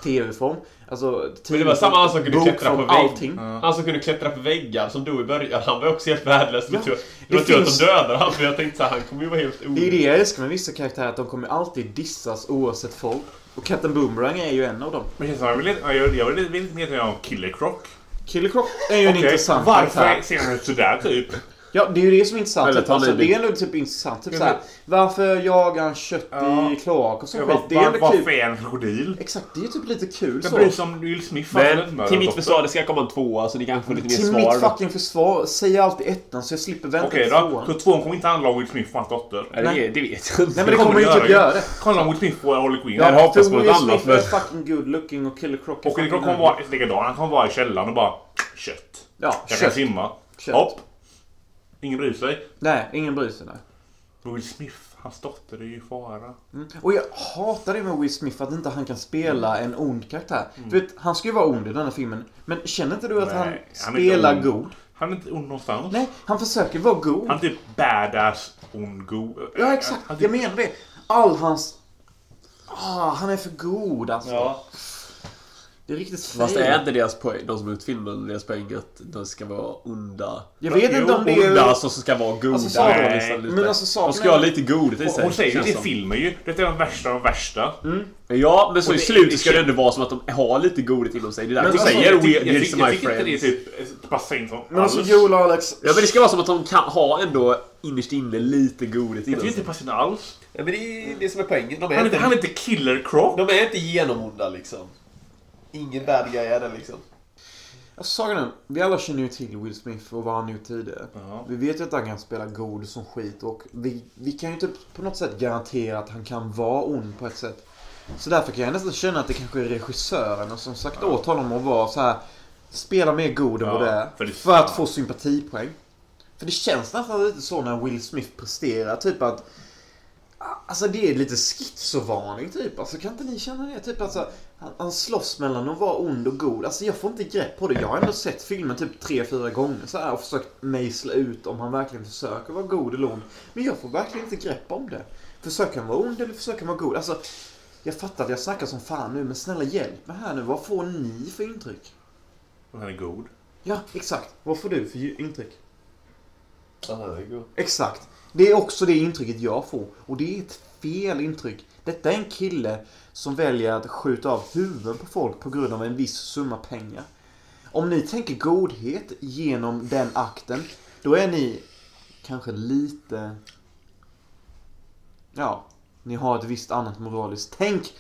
C: tv-form. Alltså...
G: Men det var samma han som kunde klättra på
C: bokform,
G: vägg.
C: allting.
G: Han som kunde klättra på väggar som dog i början, han var också helt värdelös.
C: Ja,
G: Ja, det
C: det
G: var tur
C: finns-
G: att de dödade han för jag tänkte såhär, han kommer ju vara helt
C: Det är
G: o...
C: det jag älskar med vissa karaktärer, att de kommer alltid dissas oavsett folk. Och Captain Boomerang är ju en av dem.
E: Men känns som han ville, jag, jag ville lite mer om Killer Croc.
C: Killer Croc är ju en
E: Okej,
C: intressant
E: Varför
C: karaktär.
E: ser han ut sådär typ?
C: Ja, det är ju det som är intressant.
G: Eller
C: Typ,
G: ta
C: alltså,
G: Lidl.
C: det är ändå typ intressant. Typ såhär, varför jagar han kött
E: Ja.
C: i kloak och så skit?
E: Var-
C: Det är ändå kul.
E: Varför är han en krokodil?
C: Exakt, det är ju typ lite kul
E: Jag
C: så.
E: bryr sig om Will Smith. han är
G: Men
E: mördad
G: till mitt
E: också.
G: försvar, det ska komma en tvåa så ni kanske får lite mer
C: Till
G: svar.
C: mitt fucking försvar säger jag alltid ettan så jag slipper vänta
E: Okej
C: till
E: då,
C: tvåan.
E: så tvåan kommer inte handla om Will Smith och hans dotter.
G: Nej, det, det vet jag inte.
C: Nej men det kommer ju typ
E: ju.
C: göra det.
E: Handla om Will Smith och Harley Quinn.
G: Där hoppas
C: För
G: på något
C: Will
G: annat,
C: Smith är
G: men-
C: fucking good looking och Killer Croc är
E: Och Killer Croc
C: fucking
E: kommer vara likadan. Han kommer vara i källaren och bara kött.
C: Ja,
E: Jag kan
C: kött.
E: simma.
C: Kött.
E: Hopp. Ingen bryr sig.
C: Nej, ingen bryr sig. Nej.
E: Men Will Smith, hans dotter är ju i fara.
C: Och jag hatar det med Will Smith att inte han kan spela en ond karaktär. Du vet, han ska ju vara ond i den här filmen. Men känner inte du att
E: Mm. Nej,
C: han,
E: han är inte
C: spelar
E: ond.
C: god?
E: Han är inte ond någonstans.
C: Nej, han försöker vara god.
E: Han är typ badass, ond, god.
C: Ja, exakt.
E: Han är
C: Jag
E: typ
C: menar det. All hans... Ah, han är för god alltså.
G: Ja.
C: Det är riktigt
G: Fast
C: fel.
G: är inte deras poäng, de som har gjort filmen, deras poäng att de ska vara onda?
C: Jag vet inte om det är...
G: Onda alltså, som ska vara goda.
C: Alltså, Sagan-
G: Det är nästan lite-
C: men alltså, Sagan
G: de ska
C: är-
G: ha lite godhet i sig.
E: Hon säger ju
G: känns
E: det i
G: som.
E: filmen ju. Det är den värsta av de
C: Mm.
E: värsta.
G: Ja, men så
E: Och
G: i
E: det- alltså,
G: slutet ska det ändå vara som att de har lite godhet inom sig. Det är därför de säger
E: jag tycker,
G: "We're-
E: jag
G: We're
E: tycker, jag
G: my
E: tycker inte det är
G: friends.
E: typ ett bassin som
C: Men alltså
E: alls.
C: Joel och Alex...
G: Ja, men det ska vara som att de kan ha ändå innerst inne lite godhet
E: Jag
G: inom
E: tycker
G: sig.
E: inte det passar in alls.
G: Ja, men det är det som är poängen. De
E: Han är, inte, han är inte killer croc.
G: de är inte genomonda liksom. Ingen bad guy är det liksom.
C: Alltså, Sagan om, vi alla känner ju till Will Smith och vad han gjort tidigare.
E: Ja.
C: Vi vet ju att han kan spela god som skit och vi, vi kan ju inte på något sätt garantera att han kan vara ond på ett sätt. Så därför kan jag nästan känna att det kanske är regissören som sagt åt honom att vara så här spela mer god än
E: Ja,
C: vad det är.
E: för det-
C: För att
E: ja.
C: få sympatipoäng. För det känns nästan lite så när Will Smith presterar, typ att Alltså det är lite schizovaning typ. Alltså kan inte ni känna det? Typ alltså, han, han slåss mellan att vara ond och god. Alltså jag får inte grepp på det. Jag har ändå sett filmen typ tre fyra gånger så här och försökt mejsla ut om han verkligen försöker vara god eller ond. Men jag får verkligen inte grepp om det. Försöker han vara ond eller försöker han vara god? Alltså, jag fattar att jag snackar som fan nu men snälla hjälp mig här nu. Vad får ni för intryck?
E: Han är god.
C: Ja, exakt. Vad får du för ju- intryck?
G: Aha, det
C: Exakt. Det är också det intrycket jag får. Och det är ett fel intryck. Detta är en kille som väljer att skjuta av huvuden på folk på grund av en viss summa pengar. Om ni tänker godhet genom den akten, då är ni kanske lite... Ja, ni har ett visst annat moraliskt tänk.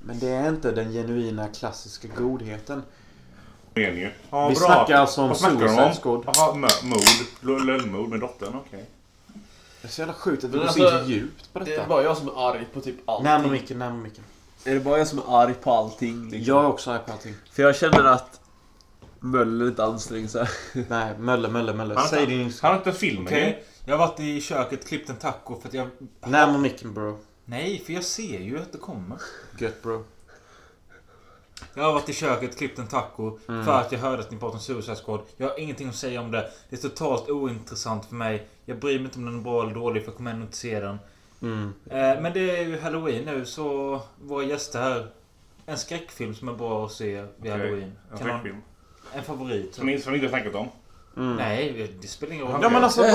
C: Men det är inte den genuina klassiska godheten.
E: Menar ju. Ja,
C: Vi
E: bra.
C: snackar alltså om
E: Vad snackar de
C: Suicide Squad.
E: Jaha, mö- mord. L- Lönnmord med dottern, okej.
C: Det är så jävla sjukt att vi
G: Men
C: går så in så
G: alltså,
C: djupt på
G: är
C: detta.
G: bara jag som är arg på typ allting.
C: Närmare micken, närmare micken.
G: Är det bara jag som är arg på allting? Liksom?
C: Jag är också arg på allting.
G: För jag känner att Möller inte anstränger sig.
C: Nej, Mölle, Mölle, Mölle.
E: Han-
C: Säg din...
E: Han har inte filmen
B: Okej.
E: ju.
B: Jag har varit i köket klippt en taco för att jag...
C: Närmare micken bro.
B: Nej, för jag ser ju att det kommer.
G: Gött bro.
B: Jag har varit i köket, klippt en taco för att jag hörde att ni pratade om Suicide Squad. Jag har ingenting att säga om det. Det är totalt ointressant för mig. Jag bryr mig inte om den är bra eller dålig för jag kommer ändå inte se den. Eh, Men det är ju halloween nu så våra gäster här. En skräckfilm som är bra att se vid halloween.
E: En
B: Kan någon,
E: skräckfilm.
B: en favorit?
E: Som ni som ni inte har snackat om.
B: Nej, det spelar ingen roll.
A: Ja men alltså bara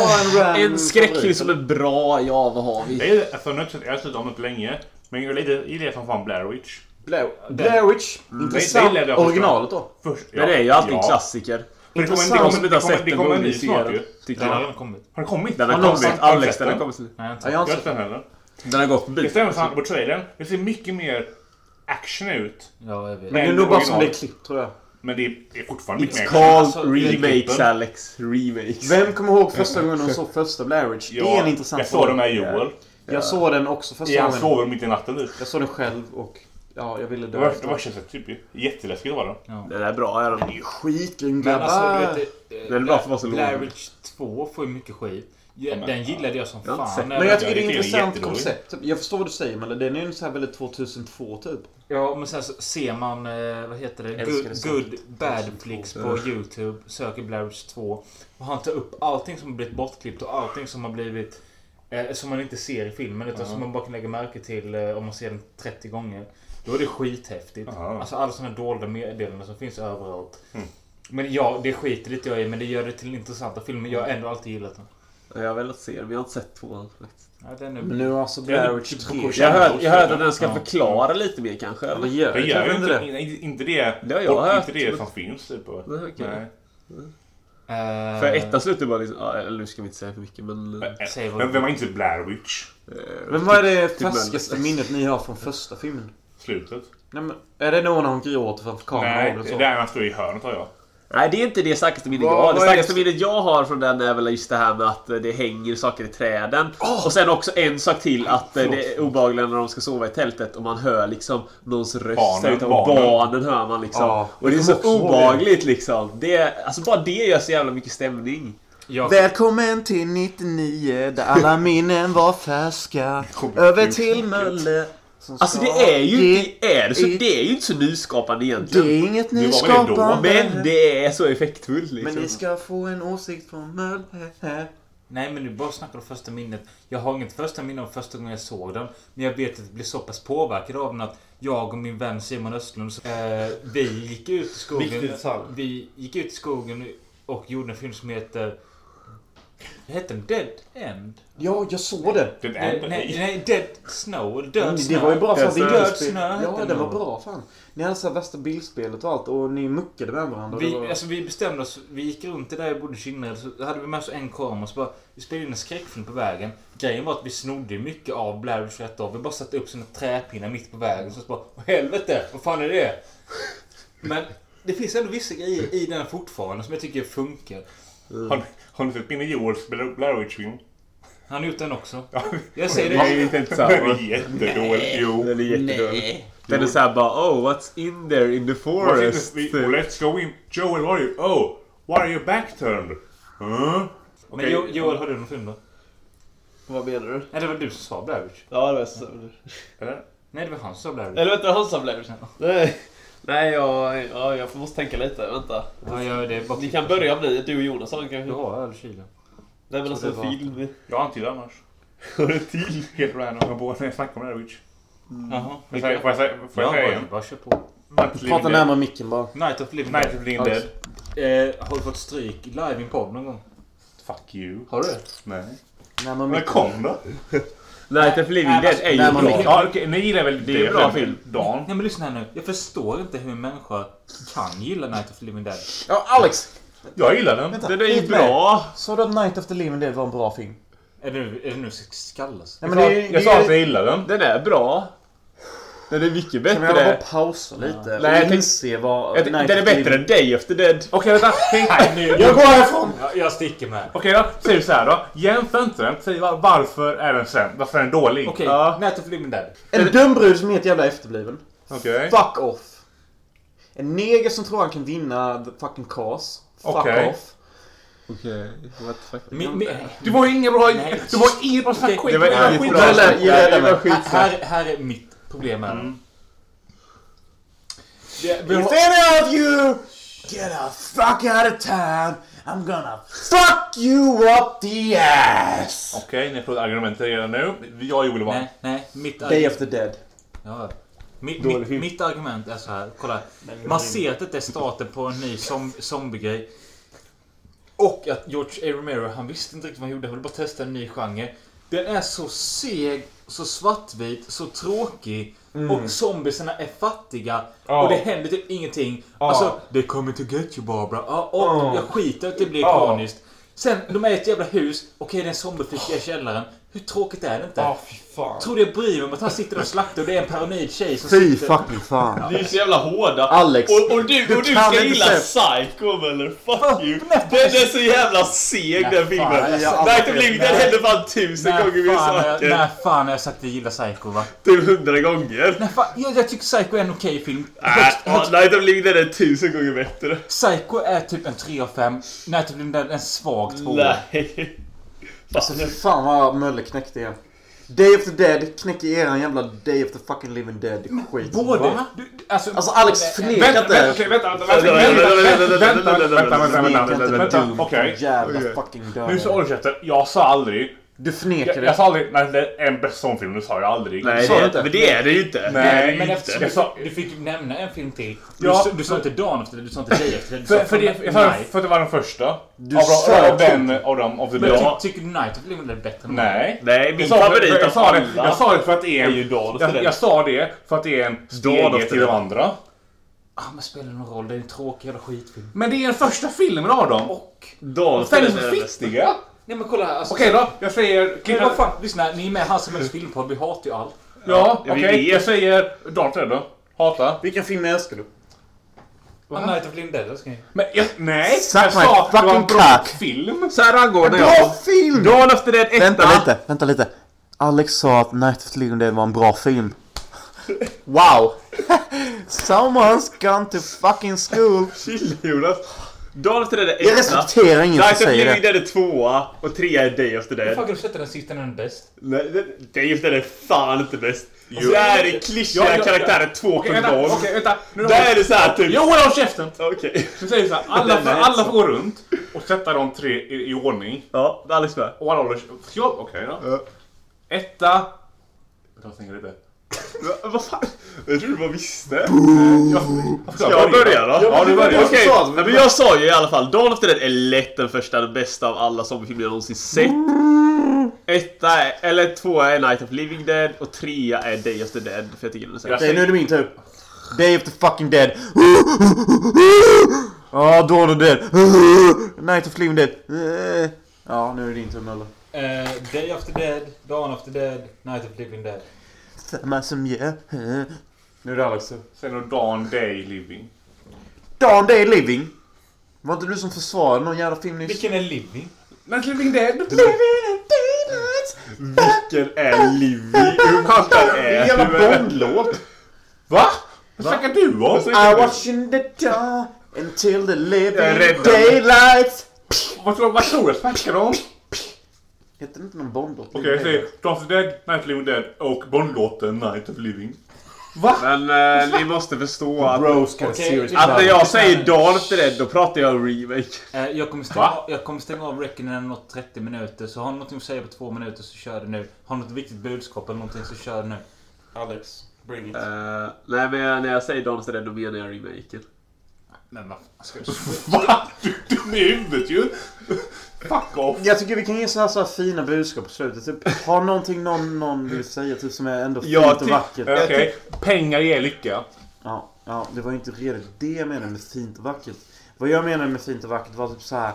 A: en random
G: En skräckfilm
A: favorit.
G: som är bra, ja vad har vi?
E: Det är, alltså, nu har jag sett- jag har sett om det för länge. Men jag gillar- gillar jag som fan Blair Witch.
G: Blair, Blair Witch.
E: det
G: Intressant.
E: gillade jag först.
G: Originalet då.
E: Först,
G: Men Mm. det är ju alltid en
E: ja.
G: klassiker.
E: Men Det kommer, det
G: De
E: kommer,
G: som
E: det
G: inte har
E: kommer,
G: sett
E: det
G: den
E: kommer en ny
G: borde se
E: snart
G: den.
E: ju.
G: Tycker
B: Den har
G: jag.
B: redan kommit.
E: Har den kommit?
G: Den
E: Har
G: har
E: någon
G: kommit.
E: sagt- har du
G: Alex,
E: sett
G: den har kommit. till-
B: Nej, jag har inte
G: Ja, jag har
E: Jag har
G: inte
E: inte
G: sett
E: sett den heller.
G: Den har gått
E: Det
G: förbi.
E: stämmer fan på trailern. Det ser mycket mer action ut.
B: Ja, jag vet.
E: Men
G: Det är nog bara som det är klippt tror jag.
E: Men det är fortfarande mycket
G: It's
E: mer
B: Alltså,
G: called remakes
E: remakes,
G: Alex. Remakes.
C: Vem kommer ihåg första gången de såg första Blair Witch?
E: Ja,
C: det är en intressant
E: Jag såg den
C: fråga.
E: här Joel.
C: Jag såg den också
E: I
C: första
E: hans
C: gången.
E: sovrum mitt i natten typ.
C: Jag såg den själv och ja, jag ville
E: Det var
C: dö.
E: det värsta jag sett typ ju. Jätteläskigt var det.
G: Den är bra. Är den.
C: Skitgrym
B: Men alltså, du
C: grabbar.
B: vet, det,
G: Den är bra för att vara så låg.
B: Blair Witch 2 får ju mycket skit. Ja,
E: men-
B: Den gillade jag som
G: Jag har inte
B: fan.
G: sett-
B: när
C: Men
B: den-
C: jag tycker det är
E: Jag
C: ett
E: tycker det är
C: intressant
E: jätteroligt.
C: koncept. Typ, Jag förstår vad du säger men den är ju så här väldigt 2002 typ.
B: Ja, men sen så ser man, eh, vad heter det,
C: Älskar det
B: Good,
C: så.
B: good Bad Flicks på YouTube, söker Blair Witch 2 och han tar upp allting som har blivit bortklippt och allting som har blivit eh, som man inte ser i filmen utan som man bara kan lägga märke till eh, om man ser den 30 gånger. Då är det skithäftigt.
E: Ja.
B: Alltså alla sådana dolda meddelanden som finns överallt. Men ja, det skiter lite jag i men det gör det till intressanta filmer. Jag har ändå alltid gillat den.
G: Jag har velat se den, men jag har inte sett tvåan. faktiskt.
B: Ja, den är
C: Men nu har alltså Blair
E: typ
C: Witch 3.
G: Jag hörde jag hörde att den
B: Ja.
G: ska förklara lite mer kanske. eller?
C: Vad gör
E: Det gör ju
C: den
E: inte,
C: det?
E: inte, inte det,
G: Det har jag
E: och
G: hört.
E: inte det som finns typ. och-
G: Nej, okej.
E: Nej.
B: Eh,
G: För ettan slutar bara liksom... ja, Eller nu ska vi inte säga för mycket men... eh,
B: Säg vad-
E: Men vem har inte sett Blair Witch?
C: Men vad är det
G: Typ
C: färskaste minnet ni har från första filmen?
E: Slutet?
C: Nej, men, är det någon när hon gråter framför
E: Nej,
C: kameran? och
E: det är
C: så?
E: där han står i hörnet har jag.
G: Nej, det är inte det starkaste minnet
C: Vad-
G: jag har. Det
C: vad är
G: starkaste
C: det-
G: minnet jag har från den är väl just det här med att eh, det hänger saker i träden. Och sen också en sak till att eh, det är obehagligt när de ska sova i tältet och man hör liksom någons röst
E: Barnen,
G: här utanför.
E: barnen.
G: Barnen hör man liksom.
C: Ja,
G: och det är
C: jag
G: så
C: kommer också ihåg
G: obehagligt liksom. Det, alltså bara det gör så jävla mycket stämning.
B: jag-
C: Välkommen till 99 där alla minnen var färska. Över till Mölle. som
G: Alltså
C: ska
G: det är ju
C: ge-
G: inte, det är, det så,
C: i-
G: det är ju inte så nyskapande
C: Det
G: egentligen.
C: är inget
E: väl ändå,
G: Men det är så effektfullt
C: Men
G: liksom.
C: ni ska få en åsikt från Mölle.
B: Nej men du bara snackar om första minnet. Jag har inget första minne om första gången jag såg den. Men jag vet att jag blev så pass påverkad av den att jag och min vän Simon Östlund, eh, vi gick ut i skogen. Vi gick ut i skogen och gjorde en film som heter... Vad hette den? Dead End?
C: Ja, jag såg det.
E: Det är
B: Nej,
E: inte-
B: nej, nej, Dead Snow. Död
C: Mm, Det
B: snö.
C: var ju bra för att vi
B: Död
C: inte
B: snö hette
C: Ja, det
B: den
C: var
B: då.
C: bra fan. Ni hade så här värsta bildspelet och allt och ni muckade med varandra. Det var...
B: Vi, alltså, vi bestämde oss, vi gick runt det där jag bodde i Kinnared så hade vi med oss en kamera så bara, vi spelade in en skräckfilm på vägen. Grejen var att vi snodde ju mycket av Blair Witch rätt av. Vi bara satte upp såna träpinnar mitt på vägen så, så bara, åh helvete, vad fan är det? Men det finns ändå vissa grejer i den fortfarande som jag tycker funkar.
E: Har, ni- har ni sett Pinne Joels Blair Blair Witch-film?
B: Han har gjort den också. Jag säger det.
G: Nej, inte ens
E: Den
G: samma.
E: är jättedålig. Jo.
G: Den är jättedålig. Den är såhär bara oh what's in there in the
E: What's in
G: forest.
E: this- we- oh, Let's go in. Joel, what are you? Oh, why are you back turned? Huh?
B: Men
E: Okej.
B: jo, Joel, har du någon film då?
G: Vad menar du?
B: Nej, det var du som sa Blair Witch.
G: Ja, det var så.
E: Eller?
B: Nej, det var han som sa Blair Witch.
G: Eller vänta, han sa Blair Witch. Nej, nej jag, ja, jag måste tänka lite. Vänta.
B: Ja, jag, det är bara...
G: Ni kan börja om ni, du och Jonasson
B: Du
G: kanske.
B: har öl i kylen.
G: Nej men alltså
C: det var-
G: film.
E: Jag antydde annars. till? Helt random. Jag borde- när jag snackade om Blair Witch.
B: Jaha.
E: Får jag säga- får jag säga- får jag
B: Ja,
E: säga
B: bara,
E: igen?
B: bara kör på.
E: Night Living
C: Prata
E: Dead.
C: närmare micken bara.
B: Night of Living
E: Night of Living
C: Alltså.
E: Dead.
B: Eh, har du fått stryk live i en podd någon gång?
E: Fuck you.
C: Har du?
E: Nej.
C: Närmare
E: Men
C: micken.
E: kom då.
G: Nej, för Living Dead är ju
C: Nej, men-
G: bra.
E: Ja, okej, ni gillar väl
G: Det är en bra film.
E: Dan.
B: Nej men lyssna här nu. Jag förstår inte hur en människa kan gilla Night of Living Dead.
C: Ja, Alex!
E: Jag gillar den.
G: Den är ju
C: Hit med.
G: bra.
C: Sa du att Night of the Living Dead var en bra film?
B: Är det nu, är det nu ska skallas?
C: Nej,
E: Jag sa- jag sa att jag gillar den.
G: Den är bra. Den är mycket
C: Kan vi alla bara
G: bättre.
C: pausa lite?
G: Nej, jag
C: och
G: tänkte-
C: inse vad...
G: Den
C: Night
G: den är
C: of the Living-
G: bättre än Day After Dead.
E: Okej, vänta. Tänk.
B: Jag går härifrån! Jag, jag sticker med.
E: Okej då, säg så här då. Jämför inte den. Säg var- varför är den sämst? Varför är den dålig?
B: Okej,
G: Ja.
B: Night of Living Dead.
C: En dum brud som är ett jävla efterbliven.
E: Okej.
C: Fuck off. En neger som tror han kan vinna the fucking cars. Fuck
E: Okej.
C: off.
A: Okej, what the fuck?
B: Mi- mi-
E: Det var ju inget bra...
B: Nej.
E: Det var inget bra snack.
B: Okej.
E: skit.
A: Det var inget
E: skit.
A: bra
E: Det var
A: snack.
E: skit.
A: Det var
B: Här,
A: skitsnack.
B: här, här är mitt problem med den. Det, vi har,
G: any of you get a fuck out of town, I'm gonna fuck you up the ass!
E: Okej, ni får argumentet redan nu. Jag är Wilvan.
B: nej, nej, mitt
H: Day
B: argument,
H: of the Dead.
B: ja, mitt,
H: Dålig
B: mitt,
H: film.
B: mitt argument är så här. Kolla. Man ser att detta är starten på en ny zom, zombiegrej. Och att George A. Romero, han visste inte riktigt vad han gjorde. Han ville bara testa en ny genre. Den är så seg, så svartvit, så tråkig. Och zombiesarna är fattiga.
H: Mm. Ja.
B: Och det händer typ ingenting. Alltså, they coming to get you Barbara. Ja, och Jag skiter i att det blir
H: Ja.
B: ikoniskt. Sen, de är i ett jävla hus. Okej, det är en zombieflicka i källaren. Hur tråkigt är det inte?
H: Ja, fy fan.
B: Tror du jag bryr mig om att han sitter och slaktar och det är en paranoid tjej som
G: Fy
B: sitter...
G: fucking fan.
C: Ni är så jävla hårda.
G: Alex,
C: Och, och du, och du
G: kan
C: ska
G: inte
C: gilla Psycho eller? Fuck you! Den är så jävla seg den
B: jag
C: filmen.
B: sa-
C: Night of Living, den händer fan tusen
B: När
C: gånger mer
B: fan, har jag, när
C: saker.
B: fan har jag sagt att jag gillar Psycho va?
C: Typ hundra gånger.
B: När fan, jag, jag tycker Psycho är en okej film.
C: Äh, ja, Night of Living, den är tusen gånger bättre.
B: Psycho är typ en 3 av 5. Night of the Dead är en svag 2.
C: Nej.
G: alltså fy fan vad Mölle knäckte igen. Day of the Dead knäcker eran jävla Day of the fucking living dead skit.
B: Både... Du, du- alltså,
G: Alltså Alex
B: Nej,
G: förnekar
E: vänta,
G: inte.
E: okej, vänta, vänta, vänta, vänta, vänta, vänta, vänta, vänta,
G: Förnekar
E: vänta,
G: inte
E: vänta,
G: Doom
E: okej.
G: från jävla fucking döden.
E: Nu så håll käften. Jag sa aldrig.
G: Du
E: Jag,
G: förnekar
E: jag
G: det.
E: sa aldrig, nej det är en bästa sån film, det sa jag aldrig.
A: Nej,
G: Sa
A: det-
G: du inte?
C: Men det är det ju inte.
E: Nej,
B: Men
E: inte.
B: eftersom
E: Jag sa,
B: du, du fick ju nämna en film till. Du,
E: Ja,
B: sa- du sa inte dagen efter det, du sa inte dig efter det. Du
E: för,
B: sa
E: för, det, jag sa,
B: Nej.
E: för att det var den första.
G: Du
E: av,
G: sa
E: av, av den, av dem, av the
B: Men
E: Dawn.
B: ty, tycker du Night of the Living Dead är bättre än
E: Nej.
C: Nej,
E: Jag
C: min
E: sa, det,
C: favorit
E: jag,
C: av
E: sa det,
C: alla
E: jag sa det för att det är
C: är
E: en...
C: ju Dawn of the
E: jag, jag
C: Dead.
E: sa det för att det är en
C: Dawn of the
E: stege till de
C: Dead.
E: andra.
B: Ah, men spelar det någon roll? Det är en tråkig jävla skitfilm.
E: Men det är den första filmen av dem.
B: Och...
C: Dawn of the
E: Sen är
C: Dead
E: de
C: är den bästa.
E: viktiga.
B: Nej men kolla alltså.
E: Okej då, jag säger...
B: Men vad fan, lyssna. Ni är med Hans som helst filmpodd. Vi hatar ju allt.
E: Ja,
C: Ja, vi
E: okej.
C: vet.
E: Jag säger Dawn of the Dead då. Hata.
H: Vilken film älskar du?
B: Ah, Night of the Living Dead, älskar ni.
E: Men jag, nej!
G: Suck
E: jag
G: my
E: sa det var en
G: fucking
E: bra
G: cock.
E: film.
A: Så här angår det
G: Bra film!
A: Dawn of the Dead 1.
G: Vänta lite, vänta lite. Alex sa att Night of the Living Dead var en bra film. Wow! Someone's gone to fucking school.
C: Chilla Jonas.
A: Dawn of the Dead
G: Jag
A: 1.
G: respekterar ingen som
C: Night of the
G: säger
C: Living
G: det.
C: Dead är tvåa och trea är Day of the
B: Hur fan
C: Dead.
B: kan du sätta den sist när den är bäst?
C: Nej, det- Day of the Dead är fan inte bäst. Och så är det
E: Ja,
C: klyschiga
E: ja,
C: karaktärer
E: Okej, vänta.
C: 2.0.
E: Okej, vänta. Nu har
C: Där
E: vi...
C: är det så här typ...
E: Jo, håll käften!
C: Okej.
E: Nu säger vi så här. Alla,
C: Den
E: får,
C: är
E: alla
C: så.
E: får gå runt och sätta de tre i, i ordning.
C: Ja, Alex med.
E: Och alla håller... Ska jag- Okej då. Etta... Jag tar och stänger lite.
C: Va- Vad fan? Jag trodde du bara visste.
E: Jag,
C: Ska jag börja då?
E: Ja, du börjar.
C: Okej, nej, men jag sa ju i alla fall Dawn of the Dead är lätt den första, den bästa av alla zombiefilmer jag någonsin sett. Etta är, eller tvåa är Night of Living Dead och trea är Day of the Dead för jag tycker den är sämst.
G: Okej, nu är det min tur. Day of the fucking dead. Ja, Dawn of the Dead. Night of the Living Dead. Eh. Ja, nu är det din tur Möller.
B: Eh, Day of the Dead, Dawn of the Dead, Night of the Living Dead.
G: Samma som jag. Nu är det Alex tur.
E: Sen då Dawn Day Living.
G: Dawn Day Living. Var inte du som försvarade någon jävla film nyss?
B: Vilken är Living?
E: Night Living Dead.
C: Vilken är Living? Hur fan
E: Det är
C: är
E: en
C: du?
E: jävla Bond-låt. Ah, Va? Vad snackar du om?
G: I watch in the dawn until the
E: Jag är
G: living
E: rädd.
G: daylights.
E: Vad tror vad tror jag snackar om?
G: Hette det inte någon Bond-låt?
E: Okej, jag säger Dawn of the Dead, Night of Living Dead och Bond-låten Night of Living.
A: Men eh, ni måste förstå att... Att när
B: Alltså,
A: jag säger Dawn of the Dead då pratar jag remake.
B: Eh, jag, kommer stänga, av- jag kommer stänga av räcken när den har nått 30 minuter. Så har ni något att säga på två minuter så kör det nu. Har ni något viktigt budskap eller någonting så kör det nu.
H: Alex, bring it.
A: Eh, nej men jag- när jag säger Dawn of the Dead då menar jag remaken.
B: Men vad fan ska du...
E: Va? Du är dum i huvudet ju! Fuck off!
G: Jag tycker vi kan ge så här, så här fina budskap på slutet. Typ, har någonting någon, någon vill säga typ, som är ändå fint
E: Jag
G: och
E: ty-
G: vackert.
E: Okej, pengar ger lycka.
G: Ja, ja, det var ju inte riktigt det jag menade med fint och vackert. Vad jag menade med fint och vackert var typ så här.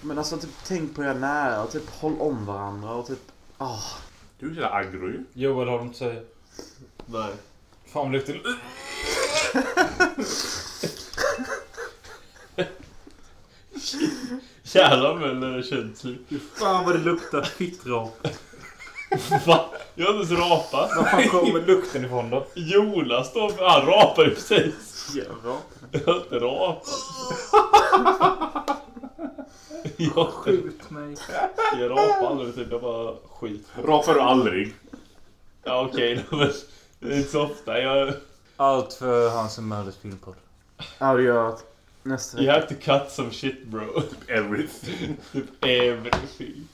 G: Men alltså typ tänk på era nära och typ håll om varandra och typ... ah
E: Du är så jävla aggro ju.
B: Joel, har du något att säga?
C: Nej.
B: Fan vad det luktar...
C: Jävlar eh, Möller är känslig.
B: Fan vad det luktar fittrap.
C: Va? Jag har inte ens rapat.
B: Var fan kommer lukten ifrån då?
C: Jonas står för... Han rapar ju precis. Jag har inte rapat.
I: Jag skjut mig.
E: Jag rapar aldrig typ, jag bara skit.
J: Rapar du aldrig?
E: Ja okej, okay, men det är inte så ofta. Jag,
B: Allt för hans och Mörders filmpodd.
K: Ja, det gör jag. Nästa
E: you have to cut some shit bro.
J: Everything.
E: Typ everything.